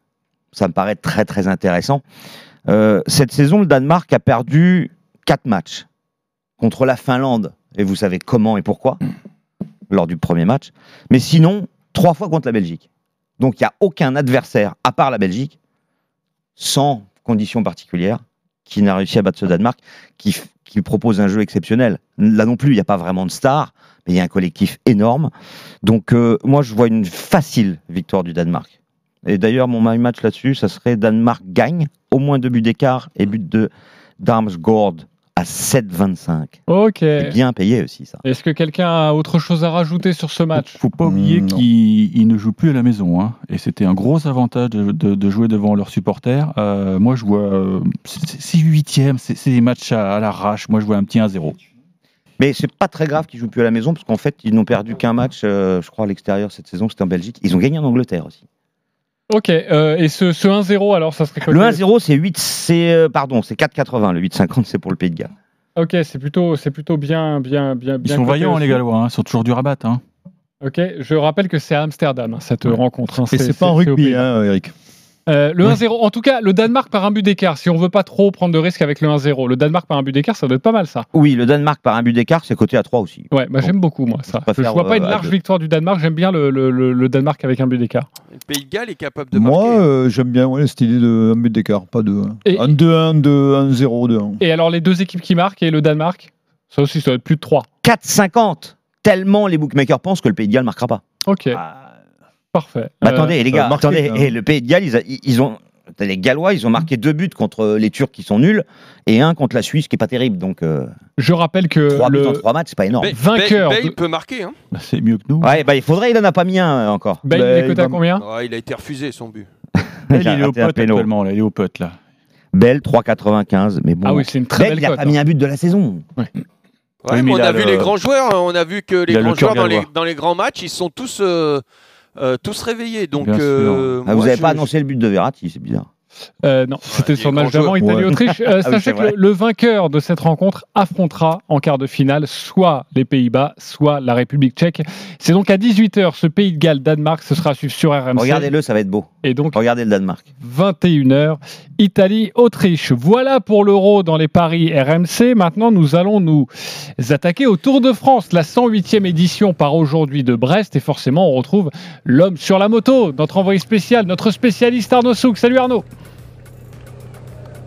Speaker 12: ça me paraît très très intéressant. Euh, cette saison, le Danemark a perdu 4 matchs contre la Finlande, et vous savez comment et pourquoi, lors du premier match. Mais sinon, trois fois contre la Belgique. Donc il n'y a aucun adversaire, à part la Belgique, sans conditions particulières, qui n'a réussi à battre ce Danemark, qui, f- qui propose un jeu exceptionnel. Là non plus, il n'y a pas vraiment de star, mais il y a un collectif énorme. Donc euh, moi, je vois une facile victoire du Danemark. Et d'ailleurs, mon my match là-dessus, ça serait Danemark gagne, au moins deux buts d'écart
Speaker 11: Mm.
Speaker 12: et but de d'Armsgord à 7,25.
Speaker 7: Ok.
Speaker 12: C'est bien payé aussi, ça.
Speaker 7: Est-ce que quelqu'un a autre chose à rajouter sur ce match
Speaker 11: Faut pas oublier qu'ils ils ne jouent plus à la maison. hein. Et c'était un gros avantage de, de- de jouer devant leurs supporters. Euh, moi, je vois. euh, c'est- c'est- c'est huitième, c'est c'est des matchs à, à l'arrache. Moi, je vois un petit 1-0.
Speaker 12: Mais c'est pas très grave qu'ils jouent plus à la maison, parce qu'en fait, ils n'ont perdu qu'un match, euh, je crois, à l'extérieur cette saison, c'était en Belgique. Ils ont gagné en Angleterre aussi.
Speaker 7: Ok, euh, et ce, ce 1-0 alors, ça serait
Speaker 12: Le 1-0, c'est 8, c'est, euh, pardon, c'est 4,80. Le 8,50, c'est pour le Pays de Galles.
Speaker 7: Ok, c'est plutôt, c'est plutôt bien, bien, bien,
Speaker 11: Ils
Speaker 7: bien.
Speaker 11: sont
Speaker 7: coté
Speaker 11: vaillants,
Speaker 7: aussi.
Speaker 11: les Gallois. hein. Ils sont toujours du rabat. hein.
Speaker 7: Ok, je rappelle que c'est à Amsterdam hein, cette rencontre. hein.
Speaker 14: Et c'est pas en
Speaker 7: au
Speaker 14: rugby,
Speaker 7: Pays-Bas.
Speaker 14: hein, Eric.
Speaker 7: Euh, le 1-0, en tout cas, le Danemark par un but d'écart. Si on veut pas trop prendre de risques avec le 1-0, le Danemark par un but d'écart, ça doit être pas mal ça.
Speaker 12: Oui, le Danemark par un but d'écart, c'est coté à 3 aussi.
Speaker 7: Ouais, bah, j'aime beaucoup moi ça. Je
Speaker 12: préfère,
Speaker 7: vois pas
Speaker 12: euh,
Speaker 7: une
Speaker 12: à
Speaker 7: large
Speaker 12: deux.
Speaker 7: victoire du Danemark. J'aime bien le, le- le- le Danemark avec un but d'écart.
Speaker 13: Le Pays de Galles est capable de marquer.
Speaker 14: Moi, euh, j'aime bien ouais, cette idée de un but d'écart, pas deux. hein.
Speaker 7: Et-
Speaker 14: Un 2-1, 2-1, 0, 2-1.
Speaker 7: Et alors les deux équipes qui marquent et le Danemark, ça aussi, ça doit être plus de 3.
Speaker 12: 4,50. Tellement les bookmakers pensent que le Pays de Galles marquera pas.
Speaker 7: Ok. Parfait.
Speaker 12: Bah,
Speaker 7: Euh,
Speaker 12: attendez, les gars,
Speaker 7: euh, marqué,
Speaker 12: attendez,
Speaker 7: hein.
Speaker 12: eh, le Pays de Galles, ils, a- ils- ils ont. attendez, Les Gallois, ils ont marqué deux buts contre euh, les Turcs qui sont nuls et un contre la Suisse qui est pas terrible. Donc, euh,
Speaker 7: Je rappelle que
Speaker 12: trois buts
Speaker 7: le
Speaker 12: en trois matchs, c'est pas énorme.
Speaker 13: Ba- Ba- Bale peut marquer. hein.
Speaker 11: C'est mieux que nous. Bah,
Speaker 12: Ouais, bah, il faudrait, il en a pas mis un euh, encore.
Speaker 7: Bale, il est coté à combien
Speaker 13: Ah, Il a été refusé son but.
Speaker 11: Belle, il est au
Speaker 12: raté un
Speaker 11: pote
Speaker 12: péno.
Speaker 11: actuellement. là, il est au pote, là.
Speaker 12: Belle 3,95, mais bon.
Speaker 11: Ah oui, c'est une très
Speaker 12: Bale,
Speaker 11: belle
Speaker 12: il a
Speaker 11: cote,
Speaker 12: pas
Speaker 7: hein.
Speaker 12: mis un but de la saison.
Speaker 13: Ouais,
Speaker 12: Oui, mais
Speaker 13: mais on
Speaker 12: il
Speaker 13: a
Speaker 12: a
Speaker 13: vu
Speaker 12: le-
Speaker 13: les grands joueurs, hein, on a vu que les
Speaker 12: Il a le
Speaker 13: grands
Speaker 12: cœur
Speaker 13: joueurs dans les,
Speaker 12: gallois.
Speaker 13: dans les grands matchs, ils sont tous, euh, euh, tous réveillés. Donc,
Speaker 12: Bien sûr.
Speaker 13: euh,
Speaker 12: Ah, vous
Speaker 13: moi,
Speaker 12: n'avez
Speaker 13: je-
Speaker 12: pas annoncé le but de Verratti, c'est bizarre.
Speaker 7: Euh, non, c'était sur le match
Speaker 12: grands
Speaker 7: d'avant,
Speaker 12: joueurs.
Speaker 7: Italie-Autriche.
Speaker 12: Ouais.
Speaker 7: Euh,
Speaker 12: Ah oui,
Speaker 7: sachez
Speaker 12: c'est
Speaker 7: que
Speaker 12: vrai.
Speaker 7: le, le vainqueur de cette rencontre affrontera en quart de finale soit les Pays-Bas, soit la République tchèque. C'est donc à 18h ce pays de Galles-Danemark, ce sera à suivre sur RMC.
Speaker 12: Regardez-le, ça va être beau.
Speaker 7: Et donc,
Speaker 12: regardez le Danemark.
Speaker 7: 21h, Italie-Autriche. Voilà pour l'euro dans les paris RMC. Maintenant, nous allons nous attaquer au Tour de France. La 108e édition part aujourd'hui de Brest. Et forcément, on retrouve l'homme sur la moto, notre envoyé spécial, notre spécialiste Arnaud Souk. Salut Arnaud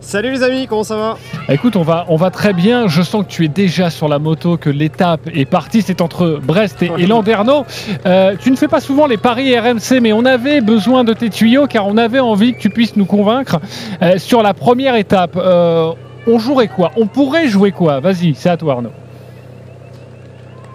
Speaker 1: Salut les amis, comment ça va
Speaker 7: Bah, Écoute, on va, on va très bien. Je sens que tu es déjà sur la moto, que l'étape est partie. C'est entre Brest et, et Landerneau. Euh, tu ne fais pas souvent les paris RMC, mais on avait besoin de tes tuyaux car on avait envie que tu puisses nous convaincre euh, sur la première étape. euh, on jouerait quoi On pourrait jouer quoi Vas-y, c'est à toi Arnaud.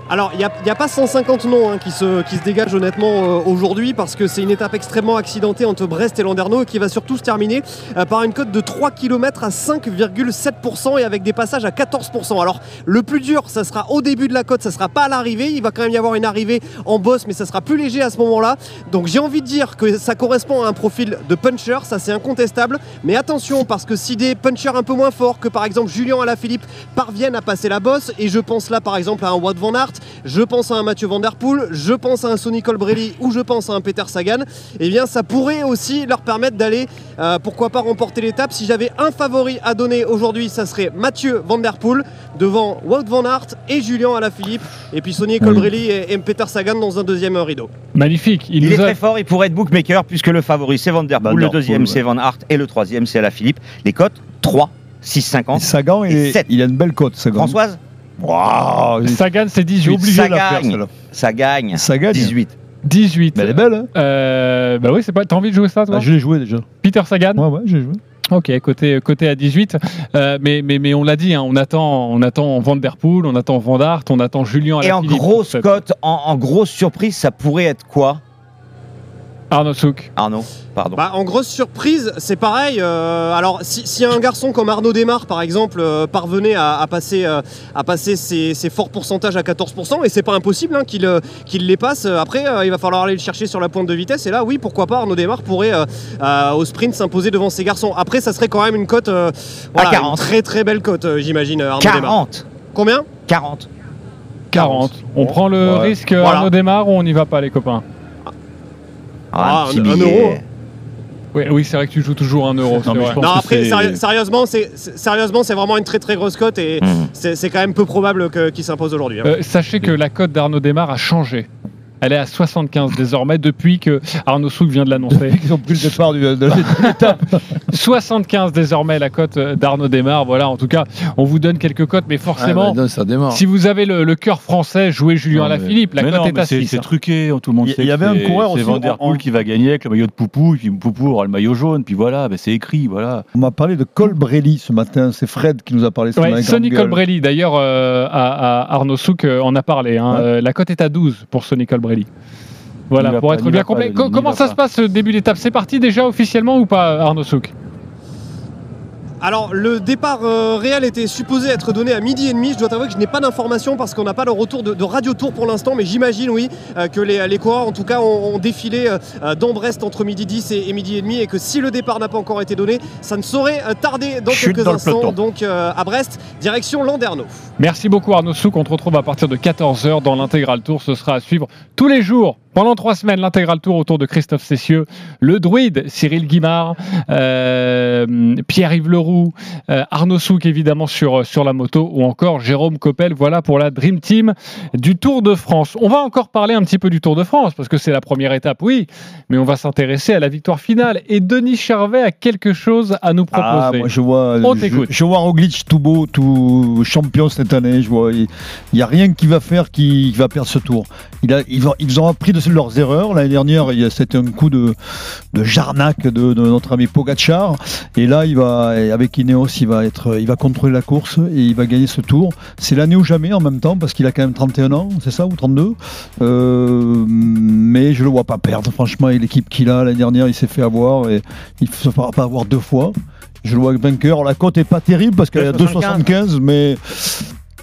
Speaker 1: Alors, il n'y a, il y a pas 150 noms hein, qui, se, qui se dégagent honnêtement euh, aujourd'hui parce que c'est une étape extrêmement accidentée entre Brest et Landerneau et qui va surtout se terminer euh, par une cote de 3 km à 5,7% et avec des passages à 14%. Alors, le plus dur, ça sera au début de la cote, ça sera pas à l'arrivée. Il va quand même y avoir une arrivée en bosse, mais ça sera plus léger à ce moment-là. Donc, j'ai envie de dire que ça correspond à un profil de puncher, ça c'est incontestable. Mais attention, parce que si des punchers un peu moins forts que par exemple Julien Alaphilippe parviennent à passer la bosse, et je pense là par exemple à un Wout Van Aert, je pense à un Mathieu Van Der Poel, je pense à un Sonny Colbrelli ou je pense à un Peter Sagan, eh bien ça pourrait aussi leur permettre d'aller, euh, pourquoi pas remporter l'étape. Si j'avais un favori à donner aujourd'hui, ça serait Mathieu Van Der Poel devant Wout Van Aert et Julien Alaphilippe, et puis Sonny Colbrelli et, et Peter Sagan dans un deuxième rideau.
Speaker 7: Magnifique.
Speaker 12: Il,
Speaker 7: nous
Speaker 12: est
Speaker 7: a-
Speaker 12: très fort, il pourrait être bookmaker puisque le favori c'est Van Der Poel,
Speaker 7: Van Der
Speaker 12: le deuxième
Speaker 7: Poel,
Speaker 12: c'est Van Hart et le troisième c'est Alaphilippe. Les cotes 3, 6, 50.
Speaker 14: Sagan, il, est- il a une belle cote, Sagan.
Speaker 12: Françoise
Speaker 14: Waouh
Speaker 7: Sagan, c'est 18.
Speaker 12: ça gagne. Ça gagne.
Speaker 14: Ça gagne.
Speaker 12: 18.
Speaker 7: 18.
Speaker 14: elle est belle, hein
Speaker 7: Euh, Bah oui, c'est pas. T'as envie de jouer ça, toi
Speaker 14: Bah, Je l'ai joué déjà.
Speaker 7: Peter Sagan
Speaker 14: Ouais, ouais, j'ai joué.
Speaker 7: Ok, côté, côté à 18. Euh, mais, mais, mais on l'a dit, hein, on, attend, on attend Van Der Poel, on attend Van Dart, on attend Julien
Speaker 12: Et en
Speaker 7: Alaphilippe.
Speaker 12: grosse cote, en, en grosse surprise, ça pourrait être quoi
Speaker 7: Arnaud Souk.
Speaker 12: Arnaud, pardon.
Speaker 1: Bah, en grosse surprise, c'est pareil. euh, alors, si, si un garçon comme Arnaud Desmar, par exemple, euh, parvenait à, à passer, euh, à passer ses, ses forts pourcentages à 14%, et c'est pas impossible hein, qu'il euh, qu'il les passe, euh, après, euh, il va falloir aller le chercher sur la pointe de vitesse. Et là, oui, pourquoi pas, Arnaud Desmar pourrait euh, euh, au sprint s'imposer devant ses garçons. Après, ça serait quand même une cote. euh, voilà,
Speaker 12: 40.
Speaker 1: Une très très belle cote, euh, j'imagine, euh, Arnaud Desmar.
Speaker 12: 40.
Speaker 1: Combien
Speaker 12: 40.
Speaker 7: 40. On prend le
Speaker 1: Ouais.
Speaker 7: risque euh,
Speaker 1: Voilà.
Speaker 7: Arnaud démarre ou on n'y va pas, les copains
Speaker 1: Ah, un petit un- un billet. euro.
Speaker 7: Oui, oui, c'est vrai que tu joues toujours un euro. c'est vrai.
Speaker 1: Non, après, sérieux- sérieusement, c'est c'est- sérieusement, c'est vraiment une très très grosse cote et c'est c'est quand même peu probable que- qu'il s'impose aujourd'hui. hein.
Speaker 7: Hmm. Euh, sachez que la cote d'Arnaud Desmar a changé. Elle est à 75 désormais depuis que Arnaud Souk vient de l'annoncer.
Speaker 14: Ils ont pris le départ du- de l'étape.
Speaker 7: 75 désormais la cote euh, d'Arnaud Desmar. Voilà, en tout cas, on vous donne quelques cotes, mais forcément,
Speaker 10: Ah, bah, non, ça démarre.
Speaker 7: si vous avez le, le cœur français, jouez Julien Alaphilippe. La
Speaker 11: mais non,
Speaker 7: cote est
Speaker 11: mais
Speaker 7: à hein.
Speaker 11: c'est-
Speaker 7: 6.
Speaker 12: hein.
Speaker 11: C'est truqué, hein, tout le monde
Speaker 7: Il-
Speaker 11: sait.
Speaker 7: il y
Speaker 11: que
Speaker 7: avait un
Speaker 11: c'est-
Speaker 7: coureur aussi
Speaker 11: C'est Van Der
Speaker 7: en-
Speaker 11: Poel qui va gagner avec le maillot de Poupou, et puis Poupou aura le maillot jaune, puis voilà, ben, c'est écrit, voilà.
Speaker 14: On m'a parlé de Colbrelli ce matin. C'est Fred qui nous a parlé ce
Speaker 7: Ouais,
Speaker 14: matin.
Speaker 7: Sonny
Speaker 14: Grande gueule.
Speaker 7: Colbrelli, d'ailleurs, euh, à, à Arnaud Souk euh, en a parlé. hein. Euh, la cote est à 12 pour Sonny Colbrelli. Voilà,
Speaker 11: N'y va
Speaker 7: pour
Speaker 11: pas,
Speaker 7: être
Speaker 11: n'y
Speaker 7: bien
Speaker 11: va pas,
Speaker 7: complet.
Speaker 11: Denis, n'y
Speaker 7: comment
Speaker 11: va
Speaker 7: ça
Speaker 11: pas.
Speaker 7: se passe ce début d'étape C'est parti déjà officiellement ou pas, Arnaud Souk
Speaker 1: Alors le départ euh, réel était supposé être donné à midi et demi. Je dois t'avouer que je n'ai pas d'informations parce qu'on n'a pas le retour de, de Radio Tour pour l'instant, mais j'imagine oui euh, que les, les coureurs en tout cas ont, ont défilé euh, euh, dans Brest entre midi 10 et, et midi et demi et que si le départ n'a pas encore été donné, ça ne saurait euh, tarder dans
Speaker 7: Chute
Speaker 1: quelques
Speaker 7: dans le peloton.
Speaker 1: instants. Donc euh, à Brest, direction Landerneau.
Speaker 7: Merci beaucoup Arnaud Souk. On te retrouve à partir de 14h dans l'intégral tour. Ce sera à suivre tous les jours. Pendant trois semaines, l'intégral tour autour de Christophe Cessieux, le druide Cyril Guimard, euh, Pierre-Yves Leroux, euh, Arnaud Souk évidemment sur, sur la moto ou encore Jérôme Coppel. Voilà pour la Dream Team du Tour de France. On va encore parler un petit peu du Tour de France parce que c'est la première étape, oui, mais on va s'intéresser à la victoire finale. Et Denis Charvet a quelque chose à nous proposer.
Speaker 14: Ah, moi je vois,
Speaker 7: On
Speaker 14: je,
Speaker 7: t'écoute.
Speaker 14: je vois Roglic tout beau, tout champion cette année. Je vois, il n'y a rien qui va faire qui, qui va perdre ce tour. Il a- ils, ont, ils ont appris de leurs erreurs l'année dernière. il y a- C'était un coup de, de jarnac de, de notre ami Pogacar. Et là, il va avec Ineos, il va être, il va contrôler la course et il va gagner ce tour. C'est l'année ou jamais en même temps parce qu'il a quand même 31 ans, c'est ça ou 32. Euh, mais je le vois pas perdre. Franchement, et l'équipe qu'il a l'année dernière, il s'est fait avoir et il se fera pas avoir deux fois. Je le vois vainqueur. La cote est pas terrible parce qu'elle est à 2,75, mais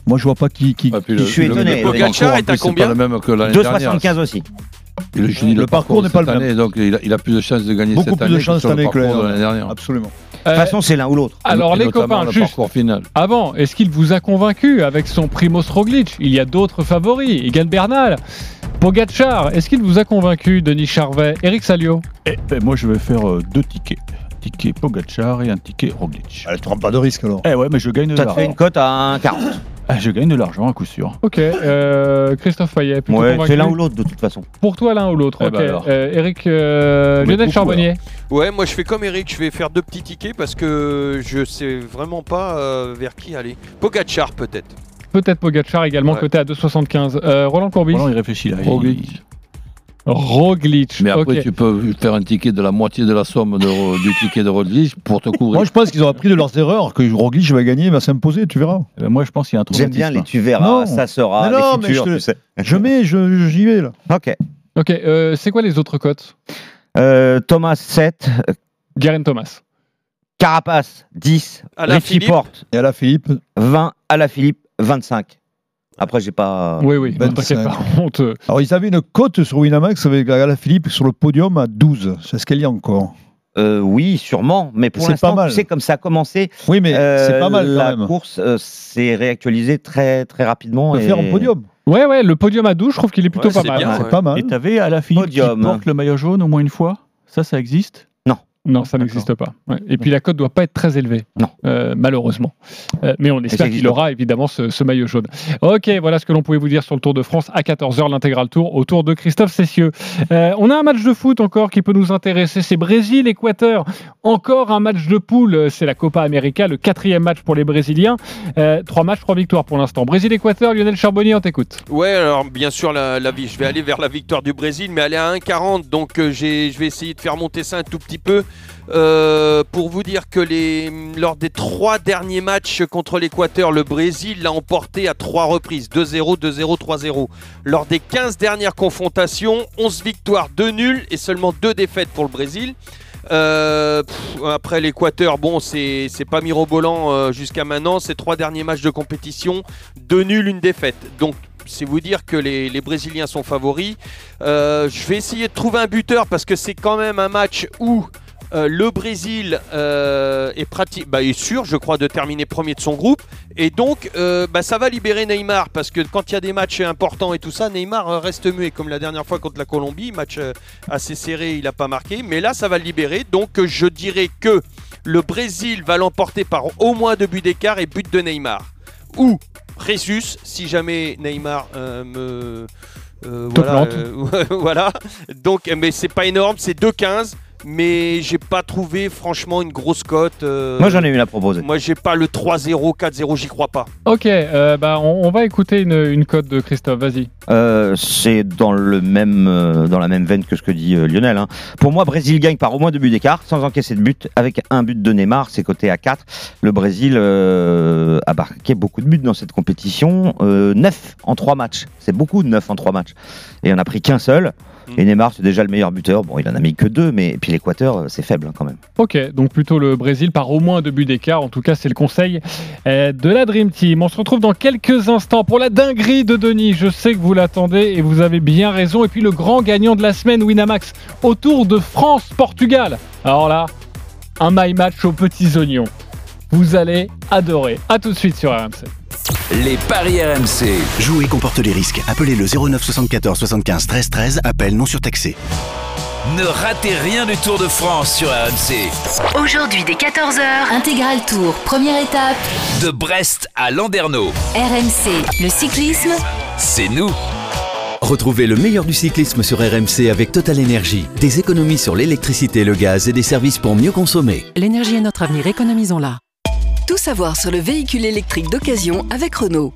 Speaker 14: moi je vois pas qui. qui,
Speaker 10: Ah, puis le- Je suis le- étonné. le Pogacar parcours, en est à plus, c'est combien pas le même que l'année 2,75 dernière.
Speaker 12: aussi.
Speaker 10: Le, je dis, le parcours n'est pas le même. donc il a, il a plus de chances de gagner
Speaker 14: Beaucoup
Speaker 10: cette
Speaker 14: plus
Speaker 10: année
Speaker 14: de
Speaker 10: que
Speaker 14: chances
Speaker 10: sur le
Speaker 14: cette année que
Speaker 10: parcours de
Speaker 14: l'année
Speaker 10: l'année dernière.
Speaker 14: Absolument.
Speaker 7: De toute
Speaker 12: façon, c'est l'un ou l'autre.
Speaker 7: Alors
Speaker 10: Et
Speaker 7: les
Speaker 10: notamment
Speaker 7: copains,
Speaker 10: le
Speaker 7: juste
Speaker 10: parcours final.
Speaker 7: avant, est-ce qu'il vous a convaincu avec son Primoz Roglic Il y a d'autres favoris, Egan Bernal, Pogacar. Est-ce qu'il vous a convaincu, Denis Charvet, Eric Salio
Speaker 11: Et, ben, moi, je vais faire euh, deux tickets. Un ticket Pogacar et un ticket Roglic.
Speaker 14: Elle ne prend Ah, pas de risque alors.
Speaker 11: Eh ouais, mais je gagne de
Speaker 12: Ça te
Speaker 11: l'argent.
Speaker 12: fait une cote à 40.
Speaker 11: Ah, je gagne de l'argent à coup sûr.
Speaker 7: Ok, euh, Christophe Payet, plutôt
Speaker 12: Ouais,
Speaker 7: convaincu.
Speaker 12: c'est l'un ou l'autre de toute façon.
Speaker 7: Pour toi, l'un ou l'autre.
Speaker 12: Eh
Speaker 7: ok.
Speaker 12: ben alors.
Speaker 7: Euh, Eric, euh,
Speaker 12: On met
Speaker 7: Lionel
Speaker 12: beaucoup,
Speaker 7: Charbonnier.
Speaker 13: Ouais, moi je fais comme Eric, je vais faire deux petits tickets parce que je sais vraiment pas euh, vers qui aller. Pogachar peut-être.
Speaker 7: Peut-être Pogacar également,
Speaker 13: Ouais.
Speaker 7: côté à 2,75. Euh, Roland Courbis.
Speaker 11: Roland, il réfléchit là. Il-
Speaker 7: Roglic.
Speaker 10: Mais après,
Speaker 7: ok.
Speaker 10: tu peux faire un ticket de la moitié de la somme de- du ticket de Roglic pour te couvrir.
Speaker 14: Moi, je pense qu'ils ont appris de leurs erreurs, que Roglic va gagner, va s'imposer, tu verras.
Speaker 10: Eh ben,
Speaker 11: moi, je pense qu'il y a un
Speaker 12: J'aime bien les tu verras, ça sera,
Speaker 14: Mais non,
Speaker 12: les
Speaker 14: mais
Speaker 12: futurs,
Speaker 14: je te-
Speaker 12: tu sais.
Speaker 14: Je mets, je- j'y vais, là.
Speaker 12: Ok.
Speaker 7: Ok, euh, c'est quoi les autres cotes
Speaker 12: Euh, Thomas 7.
Speaker 7: Garen Thomas.
Speaker 12: Carapace 10.
Speaker 7: Alain
Speaker 12: Richie
Speaker 7: Philippe.
Speaker 12: Porte.
Speaker 14: Et à la Philippe
Speaker 12: 20. À la Philippe 25. Après, j'ai pas.
Speaker 7: Oui, oui,
Speaker 14: Ben,
Speaker 7: non, t'inquiète
Speaker 14: ça-
Speaker 7: pas, on te-
Speaker 14: Alors, ils avaient une cote sur Winamax avec la Philippe sur le podium à 12. C'est ce qu'elle y a encore.
Speaker 12: Euh, oui, sûrement, mais pour
Speaker 14: C'est pas
Speaker 12: l'instant,
Speaker 14: mal.
Speaker 12: tu sais, comme ça a commencé,
Speaker 14: Oui, mais
Speaker 12: euh,
Speaker 14: c'est pas mal, quand
Speaker 12: la
Speaker 14: même.
Speaker 12: course euh, s'est réactualisée très, très rapidement.
Speaker 14: On peut
Speaker 12: et...
Speaker 14: faire un podium.
Speaker 7: Ouais, ouais, le podium à 12, je trouve qu'il est plutôt
Speaker 12: Ouais,
Speaker 7: pas,
Speaker 12: c'est
Speaker 7: mal.
Speaker 12: bien,
Speaker 14: C'est ouais. pas mal.
Speaker 11: Et t'avais à la Philippe
Speaker 12: Podium.
Speaker 11: qui porte le maillot jaune au moins une fois Ça, ça existe
Speaker 7: Non, ça n'existe pas. Ouais. Et puis la cote doit pas être très élevée,
Speaker 12: non.
Speaker 7: malheureusement. Euh, mais on
Speaker 11: ça
Speaker 7: espère qu'il
Speaker 11: existe
Speaker 7: aura évidemment ce, ce maillot jaune. Ok, voilà ce que l'on pouvait vous dire sur le Tour de France à 14h, l'intégral tour autour de Christophe Cessieux. Euh, on a un match de foot encore qui peut nous intéresser, c'est Brésil-Équateur. Encore un match de poule, c'est la Copa América, le quatrième match pour les Brésiliens. Euh, trois matchs, trois victoires pour l'instant. Brésil-Équateur, Lionel Charbonnier, on t'écoute.
Speaker 13: Ouais, alors bien sûr, la, la vie. Je vais aller vers la victoire du Brésil, mais elle est à 1,40, donc euh, j'ai- je vais essayer de faire monter ça un tout petit peu. Euh, pour vous dire que les, lors des trois derniers matchs contre l'Équateur, le Brésil l'a emporté à trois reprises 2-0, 2-0, 3-0. Lors des 15 dernières confrontations, 11 victoires, 2 nuls et seulement 2 défaites pour le Brésil. Euh, pff, après l'Équateur, bon, c'est c'est pas mirobolant euh, jusqu'à maintenant. Ces trois derniers matchs de compétition, deux nuls, une défaite. Donc, c'est vous dire que les, les Brésiliens sont favoris. Euh, je vais essayer de trouver un buteur parce que c'est quand même un match où euh, le Brésil euh, est, prati- bah, est sûr, je crois, de terminer premier de son groupe. Et donc, euh, bah, ça va libérer Neymar. Parce que quand il y a des matchs importants et tout ça, Neymar euh, reste muet. Comme la dernière fois contre la Colombie, match euh, assez serré, il n'a pas marqué. Mais là, ça va le libérer. Donc, euh, je dirais que le Brésil va l'emporter par au moins deux buts d'écart et but de Neymar. Ou Ressus, si jamais Neymar euh, me. euh,
Speaker 7: Te
Speaker 13: voilà,
Speaker 7: plante.
Speaker 13: euh, voilà. Donc, mais c'est pas énorme, c'est 2,15. Mais j'ai pas trouvé franchement une grosse cote. euh,
Speaker 12: Moi, j'en ai une à proposer.
Speaker 13: Moi, j'ai pas le 3-0, 4-0, j'y crois pas.
Speaker 7: Ok, euh, bah, on, on va écouter une, une cote de Christophe, vas-y.
Speaker 12: Euh, c'est dans le même euh, dans la même veine que ce que dit euh, Lionel. hein. Pour moi, Brésil gagne par au moins deux buts d'écart, sans encaisser de but, avec un but de Neymar, c'est coté à 4. Le Brésil euh, a marqué beaucoup de buts dans cette compétition, 9 en 3 matchs. C'est beaucoup de 9 en 3 matchs. Et on a pris qu'un seul. Et Neymar, c'est déjà le meilleur buteur. Bon, il en a mis que deux, mais et puis l'Équateur, euh, c'est faible hein, quand même.
Speaker 7: Ok, donc plutôt le Brésil par au moins deux buts d'écart. En tout cas, c'est le conseil euh, de la Dream Team. On se retrouve dans quelques instants pour la dinguerie de Denis. Je sais que vous l'attendez et vous avez bien raison. Et puis le grand gagnant de la semaine, Winamax, autour de France-Portugal. Alors là, un my match aux petits oignons. Vous allez adorer. À tout de suite sur RMC.
Speaker 6: Les paris RMC.
Speaker 18: Jouer comporte les risques. Appelez le 09 74 75 13 13. Appel non surtaxé.
Speaker 6: Ne ratez rien du Tour de France sur RMC.
Speaker 21: Aujourd'hui dès 14h, intégral tour, première étape,
Speaker 6: De Brest à Landerneau.
Speaker 21: RMC, le cyclisme,
Speaker 6: C'est nous.
Speaker 2: Retrouvez le meilleur du cyclisme sur RMC avec Total Energy. Des économies sur l'électricité, le gaz et des services pour mieux consommer.
Speaker 3: L'énergie est notre avenir, économisons-la.
Speaker 24: Tout savoir sur le véhicule électrique d'occasion avec Renault.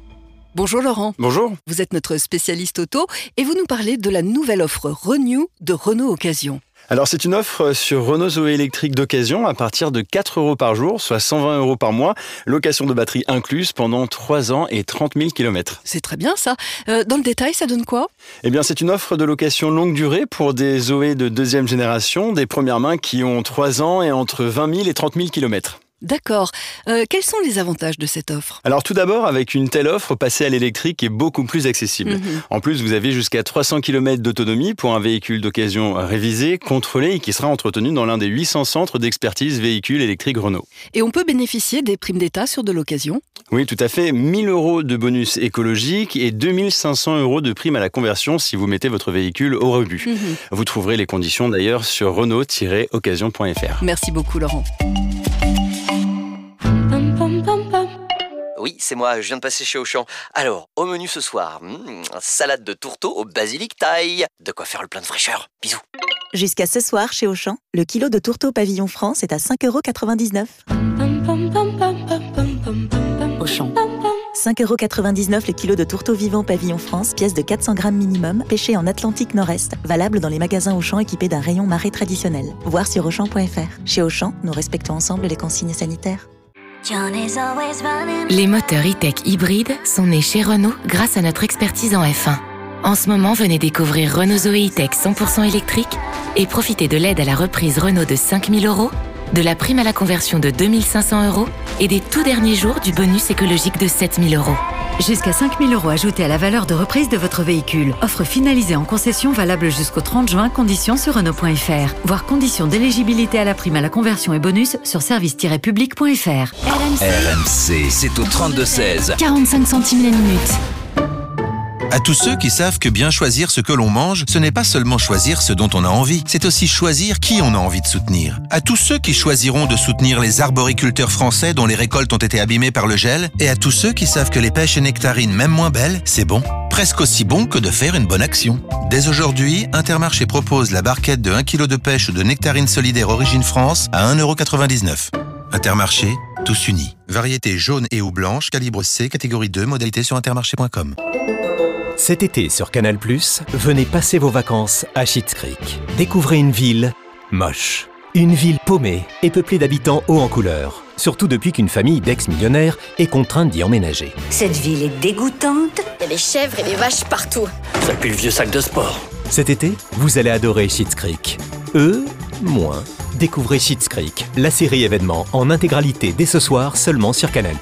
Speaker 24: Bonjour Laurent.
Speaker 23: Bonjour.
Speaker 24: Vous êtes notre spécialiste auto et vous nous parlez de la nouvelle offre Renew de Renault Occasion.
Speaker 4: Alors c'est une offre sur Renault Zoé électrique d'occasion à partir de 4 euros par jour, soit 120 euros par mois, location de batterie incluse pendant 3 ans et 30 000 km.
Speaker 24: C'est très bien ça. Euh, dans le détail, ça donne quoi
Speaker 4: Eh bien c'est une offre de location longue durée pour des Zoé de deuxième génération, des premières mains qui ont 3 ans et entre 20 000 et 30 000 km.
Speaker 24: D'accord. Euh, quels sont les avantages de cette offre
Speaker 4: Alors tout d'abord, avec une telle offre, passer à l'électrique est beaucoup plus accessible.
Speaker 24: Mhm.
Speaker 4: En plus, vous avez jusqu'à 300 km d'autonomie pour un véhicule d'occasion révisé, contrôlé et qui sera entretenu dans l'un des 800 centres d'expertise véhicules électriques Renault.
Speaker 24: Et on peut bénéficier des primes d'État sur de l'occasion
Speaker 4: Oui, tout à fait. 1000 euros de bonus écologique et 2500 euros de prime à la conversion si vous mettez votre véhicule au rebut.
Speaker 24: Mhm.
Speaker 4: Vous trouverez les conditions d'ailleurs sur renault-occasion.fr.
Speaker 24: Merci beaucoup Laurent.
Speaker 8: Oui, c'est moi, je viens de passer chez Auchan. Alors, au menu ce soir, hmm, salade de tourteau au basilic thaï. De quoi faire le plein de fraîcheur. Bisous.
Speaker 9: Jusqu'à ce soir, chez Auchan, le kilo de tourteau pavillon France est à 5,99€.
Speaker 8: Auchan,
Speaker 9: 5,99€ le kilo de tourteau vivant pavillon France, pièce de 400 grammes minimum, pêché en Atlantique Nord-Est, valable dans les magasins Auchan équipés d'un rayon marée traditionnel. Voir sur Auchan.fr. Chez Auchan, nous respectons ensemble les consignes sanitaires.
Speaker 15: Les moteurs e-tech hybrides sont nés chez Renault grâce à notre expertise en F1. En ce moment, venez découvrir Renault Zoé e-tech 100% électrique et profitez de l'aide à la reprise Renault de 5000 euros, de la prime à la conversion de 2500 euros et des tout derniers jours du bonus écologique de 7000 euros.
Speaker 16: Jusqu'à 5000 euros ajoutés à la valeur de reprise de votre véhicule. Offre finalisée en concession valable jusqu'au 30 juin, conditions sur Renault.fr. Voir conditions d'éligibilité à la prime à la conversion et bonus sur service-public.fr.
Speaker 6: RMC, c'est au 32-16.
Speaker 16: 45 centimes la minute.
Speaker 17: À tous ceux qui savent que bien choisir ce que l'on mange, ce n'est pas seulement choisir ce dont on a envie, c'est aussi choisir qui on a envie de soutenir. À tous ceux qui choisiront de soutenir les arboriculteurs français dont les récoltes ont été abîmées par le gel, et à tous ceux qui savent que les pêches et nectarines, même moins belles, c'est bon. Presque aussi bon que de faire une bonne action. Dès aujourd'hui, Intermarché propose la barquette de 1 kg de pêche ou de nectarines solidaires Origine France à 1,99€. Intermarché, tous unis. Variété jaune et ou blanche, calibre C, catégorie 2, modalité sur intermarché.com.
Speaker 19: Cet été sur Canal+, venez passer vos vacances à Schitt's Creek. Découvrez une ville moche. Une ville paumée et peuplée d'habitants hauts en couleur. Surtout depuis qu'une famille d'ex-millionnaires est contrainte d'y emménager.
Speaker 20: Cette ville est dégoûtante. Il y a des chèvres et des vaches partout.
Speaker 22: Ça pue le vieux sac de sport.
Speaker 19: Cet été, vous allez adorer Schitt's Creek. Eux, moins. Découvrez Schitt's Creek, la série événement en intégralité dès ce soir seulement sur Canal+.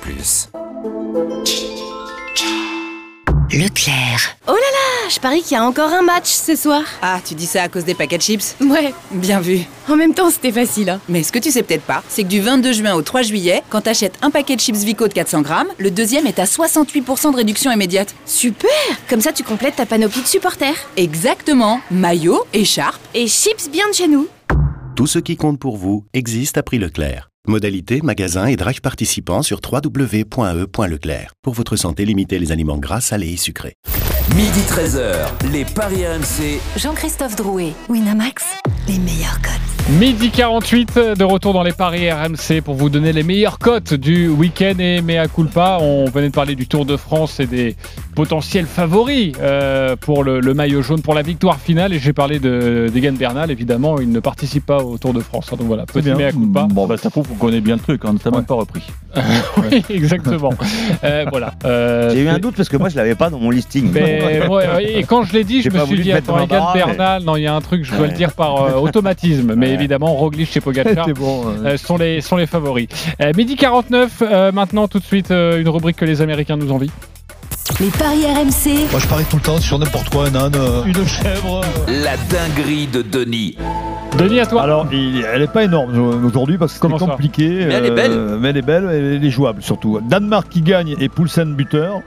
Speaker 25: Leclerc. Oh là là, je parie qu'il y a encore un match ce soir.
Speaker 27: Ah, tu dis ça à cause des paquets de chips
Speaker 25: Ouais.
Speaker 27: Bien vu.
Speaker 25: En même temps, c'était facile. Hein.
Speaker 27: Mais ce que tu sais peut-être pas, c'est que du 22 juin au 3 juillet, quand t'achètes un paquet de chips Vico de 400 grammes, le deuxième est à 68% de réduction immédiate.
Speaker 25: Super Comme ça, tu complètes ta panoplie de supporters.
Speaker 27: Exactement. Maillot, écharpe.
Speaker 25: Et chips bien de chez nous.
Speaker 29: Tout ce qui compte pour vous existe à prix Leclerc. Modalités, magasins et drive participants sur www.e.leclerc. Pour votre santé, limitez les aliments gras, salés et sucrés.
Speaker 6: Midi 13h, les Paris RMC.
Speaker 21: Jean-Christophe Drouet, Winamax, les meilleurs codes.
Speaker 7: Midi 48 de retour dans les paris RMC pour vous donner les meilleures cotes du week-end et mea culpa. On venait de parler du Tour de France et des potentiels favoris euh, pour le, le, maillot jaune pour la victoire finale. Et j'ai parlé de d'Egan Bernal, évidemment, il ne participe pas au Tour de France. Hein, donc voilà, petit
Speaker 11: bien.
Speaker 7: mea culpa.
Speaker 11: Bon, bah, ça prouve qu'on connaît bien le truc, on ne même pas repris.
Speaker 7: oui, exactement. euh, voilà.
Speaker 12: Euh, j'ai eu un doute parce que moi je l'avais pas dans mon listing.
Speaker 7: Mais Ben, ouais, et quand je l'ai dit, je me suis dit, attends, Egan Bernal, mais... non, il y a un truc, je dois ouais. le dire par euh, automatisme. Mais évidemment Roglic et Pogacar bon, ouais. euh, sont, les, sont les favoris. Euh, midi 49, euh, maintenant tout de suite euh, une rubrique que les Américains nous envient.
Speaker 21: Les paris RMC.
Speaker 14: Moi je parie tout le temps sur n'importe quoi, euh, un âne, une chèvre.
Speaker 6: La dinguerie de Denis.
Speaker 7: Denis, à toi.
Speaker 14: Alors, il, elle n'est pas énorme euh, aujourd'hui parce que c'est compliqué. euh,
Speaker 13: Mais elle est belle.
Speaker 14: mais elle est belle et elle est jouable surtout. Danemark qui gagne et Poulsen buteur.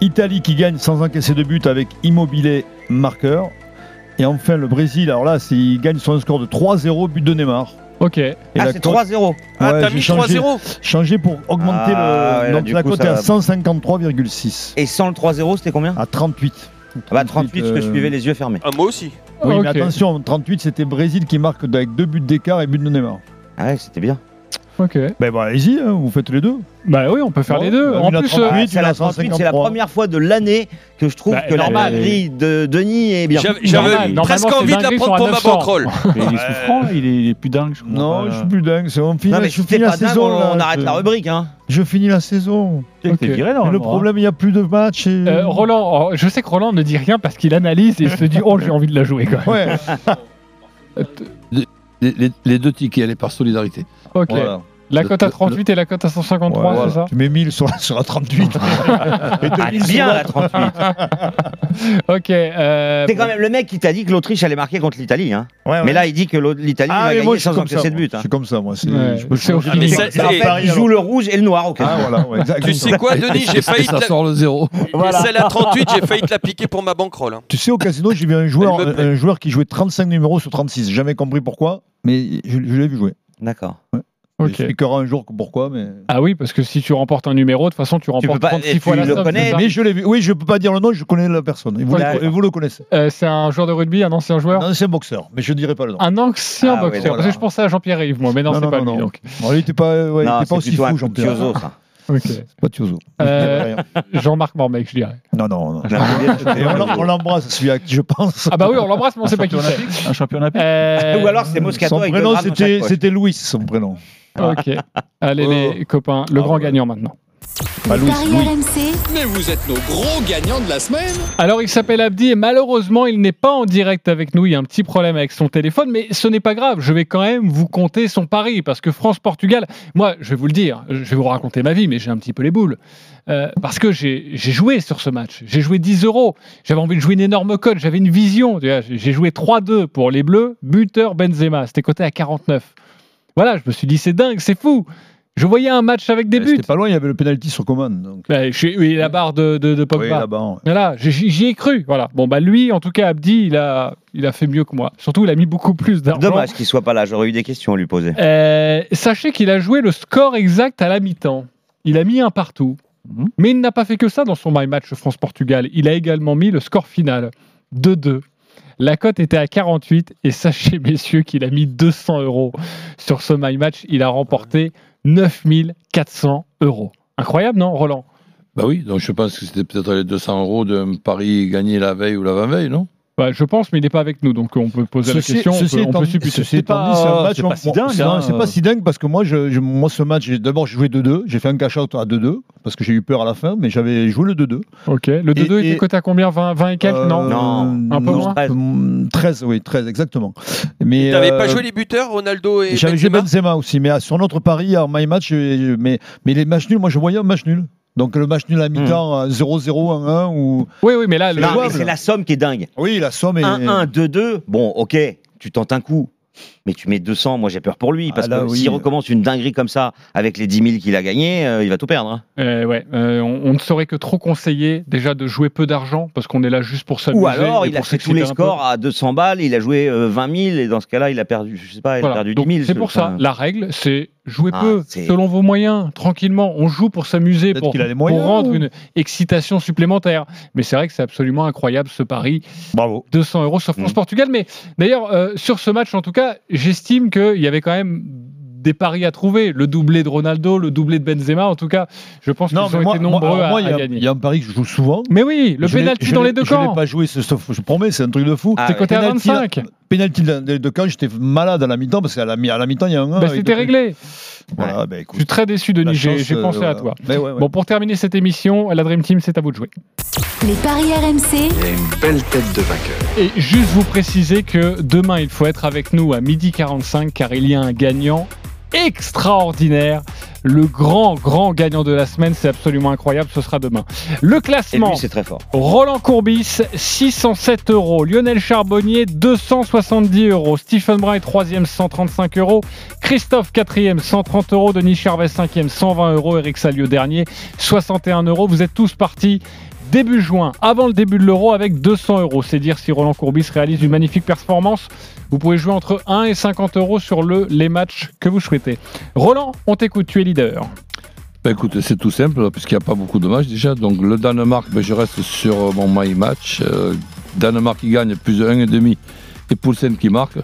Speaker 14: Italie qui gagne sans encaisser de but avec Immobilier marqueur. Et enfin, le Brésil, alors là, il gagne son score de 3-0, but de Neymar.
Speaker 7: Ok. Et
Speaker 12: ah, c'est 3-0.
Speaker 13: ah, ouais, t'as mis 3-0
Speaker 14: Changé pour augmenter ah, le. Ouais, donc la cote est à 153,6.
Speaker 12: Et sans le 3-0, c'était combien
Speaker 14: À 38.
Speaker 12: 38, bah, 38 euh... que je suivais les yeux fermés.
Speaker 13: Ah, moi aussi.
Speaker 14: Oui, okay. mais attention, 38, c'était Brésil qui marque avec deux buts d'écart et but de Neymar.
Speaker 12: Ah ouais, c'était bien.
Speaker 7: Ok.
Speaker 14: Bah, bah allez-y, hein, vous faites les deux.
Speaker 7: Bah oui, on peut faire bon, les deux. En plus, euh,
Speaker 12: c'est la, la première fois de l'année que je trouve bah, que normal. la grille de Denis est Eh bien.
Speaker 13: J'avais presque envie de la prendre pour ma banquerolle.
Speaker 11: il est souffrant, il est, il est plus dingue. Je crois. euh,
Speaker 14: non,
Speaker 7: euh.
Speaker 14: je suis plus dingue. On finit,
Speaker 12: non, mais je
Speaker 14: finis
Speaker 12: pas
Speaker 14: la
Speaker 12: dingue,
Speaker 14: saison.
Speaker 12: On,
Speaker 14: là,
Speaker 12: on arrête la rubrique. Hein.
Speaker 14: Je finis la saison.
Speaker 11: Okay. Viré, non,
Speaker 14: le problème, il n'y a plus de match. Et...
Speaker 7: Euh, Roland, je sais que Roland ne dit rien parce qu'il analyse et il se dit Oh, j'ai envie de la jouer quand même.
Speaker 10: Les deux tickets, elle est par solidarité.
Speaker 7: Ok. La cote à 38 le... et la cote à 153, ouais, voilà. c'est ça
Speaker 14: Tu mets 1000 sur la, sur la 38.
Speaker 12: et ah, bien la 38.
Speaker 7: ok. Euh...
Speaker 12: C'est quand même le mec qui t'a dit que l'Autriche allait marquer contre l'Italie. Hein. Ouais, ouais. Mais là, il dit que l'Italie ah, va gagner moi, sans encaisser de but. Hein.
Speaker 14: Je suis comme ça, moi. Je peux
Speaker 12: ah, mais ça, il joue le rouge et le noir. ok.
Speaker 14: Ah, Voilà,
Speaker 13: tu sais quoi, Denis J'ai failli.
Speaker 10: Ça sort le zéro.
Speaker 13: Celle à 38, j'ai failli te la piquer pour ma banquerolle. hein.
Speaker 14: Tu sais, au casino, j'ai vu un joueur qui jouait 35 numéros sur 36. Jamais compris pourquoi, mais je l'ai vu jouer.
Speaker 12: D'accord.
Speaker 14: Okay. J'expliquerai un jour pourquoi, mais.
Speaker 7: Ah oui, parce que si tu remportes un numéro, de toute façon, tu remportes tu 36
Speaker 12: tu
Speaker 7: fois
Speaker 12: le
Speaker 7: la somme.
Speaker 12: Connais,
Speaker 14: mais je l'ai vu. Oui, je peux pas dire le nom, je connais la personne. Et vous, voilà. le, et vous le, connaissez.
Speaker 7: Euh, c'est un joueur de rugby, un ancien joueur.
Speaker 14: Un ancien boxeur, mais je ne dirai pas le nom.
Speaker 7: Un ancien ah, boxeur. Oui, voilà. Parce que je pensais à Jean-Pierre Rive, moi, mais non, non c'est pas non, lui.
Speaker 14: euh, Donc. Bon, il n'était pas, ouais, il était pas aussi fou, Jean-Pierre.
Speaker 7: Ok.
Speaker 14: Pas de Tiozo.
Speaker 7: Euh, Jean-Marc Mormec, je dirais.
Speaker 14: Non, non, non. on l'em- on l'embrasse, celui à qui je pense.
Speaker 7: Ah bah oui, on l'embrasse, mais on
Speaker 14: Un
Speaker 7: sait pas qui
Speaker 14: champion
Speaker 7: c'est.
Speaker 11: Un champion
Speaker 7: Euh,
Speaker 12: Ou alors c'est Moscato
Speaker 14: Son
Speaker 12: avec
Speaker 14: prénom,
Speaker 12: deux grammes dans
Speaker 14: c'était
Speaker 12: chaque poche.
Speaker 14: c'était Louis, son prénom. Ah.
Speaker 7: Ok. Allez, les copains, le grand gagnant maintenant.
Speaker 14: Oh. Pas Louis, Louis.
Speaker 6: Mais vous êtes nos gros gagnants de la semaine
Speaker 7: Alors, il s'appelle Abdi et malheureusement, il n'est pas en direct avec nous. Il y a un petit problème avec son téléphone, mais ce n'est pas grave. Je vais quand même vous compter son pari parce que France-Portugal, moi, je vais vous le dire, je vais vous raconter ma vie, mais j'ai un petit peu les boules. Euh, parce que j'ai j'ai joué sur ce match. J'ai joué 10 euros. J'avais envie de jouer une énorme cote. J'avais une vision. tu vois. J'ai j'ai joué 3-2 pour les Bleus, buteur Benzema. C'était coté à 49. Voilà, je me suis dit, c'est dingue, c'est fou. Je voyais un match avec des buts.
Speaker 14: C'était pas loin, il y avait le penalty sur Coman. donc.
Speaker 7: Bah, je suis- oui, la barre de, de, de Pogba.
Speaker 14: Oui, la barre, ouais.
Speaker 7: Voilà, j'y- j'y j'y ai cru. Voilà. Bon, bah lui, en tout cas, Abdi, il a, il a fait mieux que moi. Surtout, il a mis beaucoup plus d'argent.
Speaker 12: Dommage qu'il soit pas là, j'aurais eu des questions à lui poser.
Speaker 7: Euh, sachez qu'il a joué le score exact à la mi-temps. Il a mis un partout.
Speaker 14: Mhm.
Speaker 7: Mais il n'a pas fait que ça dans son My Match France-Portugal. Il a également mis le score final 2-2. La cote était à 48 et sachez messieurs qu'il a mis 200 euros sur ce My Match. Il a remporté 9400 euros. Incroyable, non, Roland
Speaker 10: Bah oui, donc je pense que c'était peut-être les 200 euros d'un pari gagné la veille ou l'avant-veille, non
Speaker 7: Bah, je pense, mais il n'est pas avec nous, donc on peut poser
Speaker 14: Ceci-
Speaker 7: la question.
Speaker 14: ceci
Speaker 7: on peut, on
Speaker 14: étant
Speaker 7: peut
Speaker 14: dit-
Speaker 7: supputer.
Speaker 14: ceci étant dit, c'est un match, moi- moi- c'est- non, c'est pas si dingue hein. parce que moi, je, je- moi ce match, j'ai- d'abord, j'ai joué 2-2. J'ai fait un cash out à 2-2 parce que j'ai eu peur à la fin, mais j'avais joué le 2-2.
Speaker 7: Ok, le 2-2 était coté à combien 20, 20 et quelques Non.
Speaker 14: Euh,
Speaker 7: Un peu moins
Speaker 14: 13. Mm, oui, 13, exactement. Mais
Speaker 13: Tu n'avais pas
Speaker 14: euh,
Speaker 13: joué les buteurs, Ronaldo et
Speaker 14: J'avais joué
Speaker 13: Benzema
Speaker 14: Benzema aussi, mais à- sur notre pari, en my match, euh, mais, mais les matchs nuls, moi je voyais un match nul. Donc le match nul à mi-temps, à 0-0, 1-1 ou.
Speaker 7: Hmm. Oui, oui, mais là,
Speaker 12: Non, mais c'est la somme qui est dingue.
Speaker 14: Oui, la somme est.
Speaker 12: 1-1, 2-2, bon, ok, tu tentes un coup. Mais tu mets 200, moi j'ai peur pour lui, parce
Speaker 14: Ah, là,
Speaker 12: que
Speaker 14: oui.
Speaker 12: s'il recommence une dinguerie comme ça, avec les 10 000 qu'il a gagné, euh, il va tout perdre. hein.
Speaker 7: Euh, ouais, euh, on, on ne saurait que trop conseiller déjà de jouer peu d'argent parce qu'on est là juste pour s'amuser.
Speaker 12: Ou alors,
Speaker 7: et
Speaker 12: il a
Speaker 7: pour
Speaker 12: fait tous
Speaker 7: s'exciter
Speaker 12: les
Speaker 7: un peu.
Speaker 12: scores à 200 balles, il a joué euh, 20 000, et dans ce cas-là, il a perdu, je sais pas, il
Speaker 7: Voilà.
Speaker 12: a perdu
Speaker 7: Donc,
Speaker 12: 10 000.
Speaker 7: C'est pour ça, la règle, c'est jouer
Speaker 12: Ah,
Speaker 7: peu,
Speaker 12: c'est-
Speaker 7: selon vos moyens, tranquillement. On joue pour s'amuser, pour,
Speaker 14: qu'il a les
Speaker 7: pour
Speaker 14: moyens,
Speaker 7: rendre
Speaker 14: ou-
Speaker 7: une excitation supplémentaire. Mais c'est vrai que c'est absolument incroyable ce pari.
Speaker 14: Bravo.
Speaker 7: 200 euros sur
Speaker 12: Mm.
Speaker 7: France-Portugal. Mais d'ailleurs, euh, sur ce match, en tout cas, j'estime qu'il y avait quand même des paris à trouver. Le doublé de Ronaldo, le doublé de Benzema, en tout cas, je pense qu'ils
Speaker 14: Non,
Speaker 7: ont
Speaker 14: mais moi,
Speaker 7: été
Speaker 14: moi-
Speaker 7: nombreux
Speaker 14: alors,
Speaker 7: à-
Speaker 14: moi, il y
Speaker 7: à,
Speaker 14: a-
Speaker 7: gagner.
Speaker 14: il y a un pari que je joue souvent.
Speaker 7: Mais oui, le
Speaker 14: Je l'ai-
Speaker 7: pénalty
Speaker 14: je
Speaker 7: dans
Speaker 14: l'ai-
Speaker 7: les deux
Speaker 14: Je
Speaker 7: camps.
Speaker 14: l'ai pas joué, ce, ce- je promets, c'est un truc de fou.
Speaker 7: Ah C'est ouais. coté à
Speaker 14: Penalty-
Speaker 7: 25.
Speaker 14: Penalty dans les deux camps, j'étais malade à la mi-temps parce qu'à la, mi- à la mi-temps, il y a un 1.
Speaker 7: Bah, c'était réglé.
Speaker 14: Voilà, bah, écoute.
Speaker 7: Je suis très déçu, Denis.
Speaker 14: La
Speaker 7: J'ai
Speaker 14: chance,
Speaker 7: j'ai
Speaker 14: euh,
Speaker 7: pensé à
Speaker 14: voilà.
Speaker 7: toi.
Speaker 14: Mais ouais, ouais.
Speaker 7: Bon, pour terminer cette émission, la Dream Team, c'est à vous de jouer.
Speaker 15: Les paris RMC,
Speaker 1: Il y a une belle tête de vainqueur.
Speaker 7: Et juste vous préciser que demain, il faut être avec nous à 12h45 car il y a un gagnant extraordinaire. Le grand, grand gagnant de la semaine, c'est absolument incroyable, ce sera demain. Le
Speaker 12: Et
Speaker 7: classement.
Speaker 12: lui, c'est très fort.
Speaker 7: Roland Courbis, 607 euros. Lionel Charbonnier, 270 euros. Stephen Brun est 3e, 135 euros. Christophe, 4e, 130 euros. Denis Charvet, 5e, 120 euros. Eric Salio, dernier, 61 euros. Vous êtes tous partis début juin, avant le début de l'euro, avec 200 euros. C'est dire si Roland Courbis réalise une magnifique performance. Vous pouvez jouer entre 1 et 50 euros sur le, les matchs que vous souhaitez. Roland, on t'écoute, tu es leader.
Speaker 10: Bah écoute, c'est tout simple, là, puisqu'il n'y a pas beaucoup de matchs déjà. Donc le Danemark, ben, je reste sur euh, mon my match. Euh, Danemark qui gagne plus de 1,5 et Poulsen qui marque.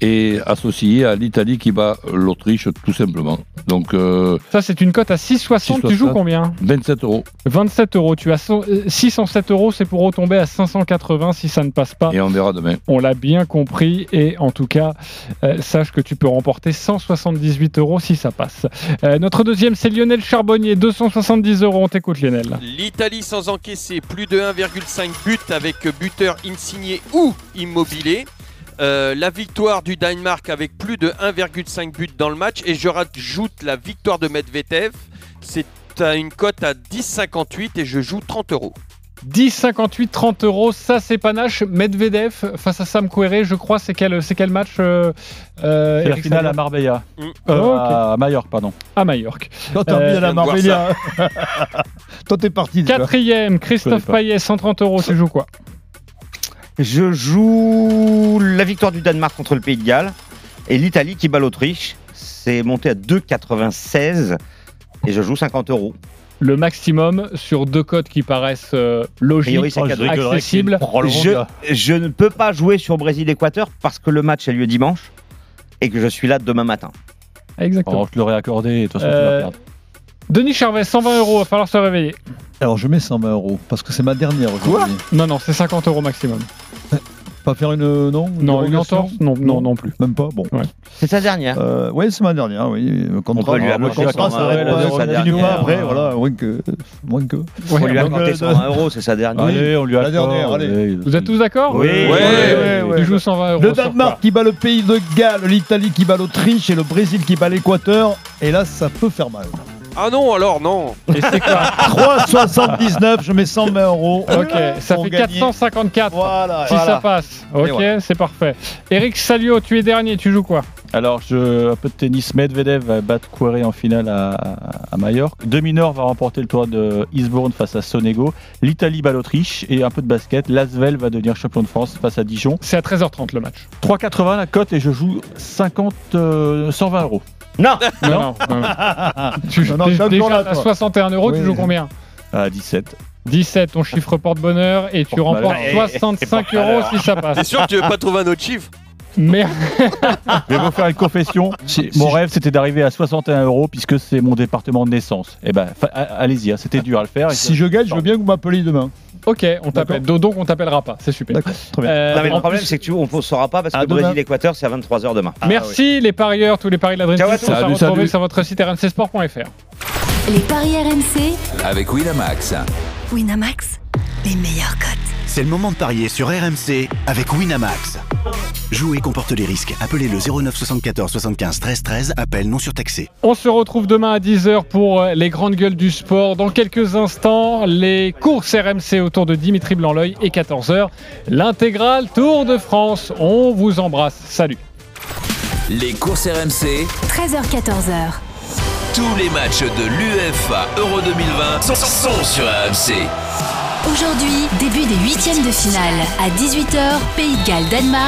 Speaker 10: Et associé à l'Italie qui bat l'Autriche tout simplement. Donc euh,
Speaker 7: Ça, c'est une cote à 6,60. Tu joues
Speaker 10: 6,60.
Speaker 7: combien
Speaker 10: 27 euros.
Speaker 7: 27 euros, tu as so- euh, 607 euros, c'est pour retomber à 580 si ça ne passe pas.
Speaker 10: Et on verra demain.
Speaker 7: On l'a bien compris et en tout cas, euh, sache que tu peux remporter 178 euros si ça passe. Euh, notre deuxième, c'est Lionel Charbonnier, 270 euros. On t'écoute, Lionel.
Speaker 13: L'Italie sans encaisser plus de 1,5 but avec buteur insigné ou immobilier. Euh, la victoire du Danemark avec plus de 1,5 but dans le match. Et je rajoute la victoire de Medvedev. C'est à une cote à 10,58 et je joue 30 euros.
Speaker 7: 10, 58, 30 euros, ça c'est panache. Medvedev face à Sam Querrey, je crois, c'est quel, c'est quel match euh, euh,
Speaker 11: C'est la
Speaker 7: Eric
Speaker 11: finale
Speaker 7: Salio
Speaker 11: à Marbella.
Speaker 7: Euh,
Speaker 11: Euh,
Speaker 7: ok.
Speaker 11: À Majorque, pardon.
Speaker 7: À Majorque.
Speaker 14: Toi, t'as
Speaker 7: Euh,
Speaker 14: mis à la Marbella. Toi, t'es parti. déjà.
Speaker 7: Quatrième,
Speaker 14: Je
Speaker 7: Christophe
Speaker 14: connais pas.
Speaker 7: Payet, 130 euros. Tu joues quoi
Speaker 12: Je joue la victoire du Danemark contre le Pays de Galles et l'Italie qui bat l'Autriche. C'est monté à 2,96 et je joue 50 euros.
Speaker 7: le maximum sur deux codes qui paraissent euh, logiques,
Speaker 12: priori, c'est quatre- Oh,
Speaker 7: accessibles.
Speaker 12: Je, je ne peux pas jouer sur Brésil-Équateur parce que le match a lieu dimanche et que je suis là demain matin.
Speaker 7: Exactement.
Speaker 11: Oh, je l'aurais accordé, de toute façon, tu
Speaker 7: Euh,
Speaker 11: vas perdre.
Speaker 7: Denis Charvet, 120 euros, va falloir se réveiller.
Speaker 14: Alors je mets 120 euros parce que c'est ma dernière aujourd'hui.
Speaker 7: Non, non, c'est 50 euros maximum.
Speaker 14: Pas faire
Speaker 11: euh,
Speaker 14: une non
Speaker 7: Non, une
Speaker 14: dérogation
Speaker 7: entorse Non, non, non plus.
Speaker 14: Même pas. Bon.
Speaker 12: C'est sa dernière.
Speaker 14: oui, Euh, c'est ma dernière. Oui, le contrat. euh,
Speaker 12: peut lui
Speaker 14: le
Speaker 12: accorder
Speaker 14: contrat,
Speaker 12: 120
Speaker 14: ça
Speaker 12: euros,
Speaker 14: arrête pas,
Speaker 12: c'est
Speaker 14: ça
Speaker 12: sa
Speaker 14: diminue pas
Speaker 12: dernière.
Speaker 14: après. Voilà, moins que, moins que.
Speaker 12: On lui a
Speaker 7: euh,
Speaker 12: compté 120 euros, c'est sa dernière.
Speaker 14: Allez, on lui
Speaker 12: La
Speaker 14: accorde.
Speaker 12: dernière, allez.
Speaker 7: Vous êtes tous d'accord Euh,
Speaker 12: Oui. Ouais, ouais,
Speaker 14: ouais.
Speaker 7: Il joue 120 euros.
Speaker 14: Le
Speaker 7: sur
Speaker 14: Danemark qui bat le pays de Galles, l'Italie qui bat l'Autriche et le Brésil qui bat l'Équateur. Et là, ça peut faire mal.
Speaker 13: Ah non, alors non.
Speaker 7: Et c'est quoi
Speaker 14: 3,79, je mets 120 euros.
Speaker 7: Ok, ça
Speaker 14: Pour
Speaker 7: fait
Speaker 14: gagner.
Speaker 7: 454.
Speaker 14: Voilà,
Speaker 7: si
Speaker 14: voilà.
Speaker 7: ça passe.
Speaker 11: Et
Speaker 7: Ok,
Speaker 11: voilà.
Speaker 7: c'est parfait. Eric Salio, tu es dernier, tu joues quoi
Speaker 11: Alors, je, un peu de tennis. Medvedev va battre Querrey en finale à, à Majorque. Demi-Nord va remporter le tournoi de Eastbourne face à Sonego. L'Italie bat l'Autriche. Et un peu de basket. L'Asvel va devenir champion de France face à Dijon.
Speaker 7: C'est à 13h30 le match.
Speaker 11: 3,80 la cote et je joue 50, euh, 120 euros.
Speaker 12: Non
Speaker 7: Non, non, non. Tu
Speaker 11: Non, non,
Speaker 7: t'es-
Speaker 11: t'es
Speaker 7: déjà
Speaker 11: encore là,
Speaker 7: à
Speaker 11: toi.
Speaker 7: 61 euros, tu
Speaker 11: Oui.
Speaker 7: joues combien
Speaker 11: À 17.
Speaker 7: 17, ton chiffre porte-bonheur et tu
Speaker 14: Oh, bah,
Speaker 7: remportes
Speaker 11: Porte-malheur. Bah,
Speaker 14: eh,
Speaker 11: Et- et
Speaker 7: 65 euros
Speaker 11: porte-malheur.
Speaker 7: si ça passe.
Speaker 13: T'es sûr que tu veux pas trouver un autre chiffre
Speaker 7: Merde.
Speaker 11: Je vais vous faire une confession. mon rêve, c'était d'arriver à 61 euros puisque c'est mon département de naissance. Eh ben, fa- a- allez-y, hein, c'était dur à le faire. Et
Speaker 14: Si je gagne, je veux bien que vous m'appeliez demain.
Speaker 7: Ok, on t'appelle. Do- Donc on t'appellera pas, c'est super. Euh,
Speaker 12: Non, mais
Speaker 7: en
Speaker 12: le problème,
Speaker 7: plus-
Speaker 12: c'est que tu, on ne saura pas parce que
Speaker 7: demain.
Speaker 12: Brésil-Équateur, c'est à 23h demain.
Speaker 7: Merci les parieurs, tous les paris de la Dream
Speaker 12: Ah Ciao à tous.
Speaker 7: Team sont à
Speaker 12: Salut,
Speaker 7: retrouver
Speaker 12: salut.
Speaker 7: sur votre site rmcsport.fr.
Speaker 15: Les paris RMC,
Speaker 6: Avec Winamax.
Speaker 15: Winamax, les meilleurs cotes.
Speaker 2: C'est le moment de parier sur RMC avec Winamax. Jouer comporte les risques. Appelez le 09 74 75 13 13. Appel non surtaxé.
Speaker 7: On se retrouve demain à 10h pour euh, les grandes gueules du sport. Dans quelques instants, les courses RMC autour de Dimitri Blanc-L'œil et 14h, l'intégrale Tour de France. On vous embrasse. Salut.
Speaker 6: Les courses RMC,
Speaker 15: 13h14h.
Speaker 6: tous les matchs de l'UEFA Euro 2020 sont, sont sur RMC.
Speaker 15: Aujourd'hui, début des huitièmes de finale. À 18h, Pays de Galles, Danemark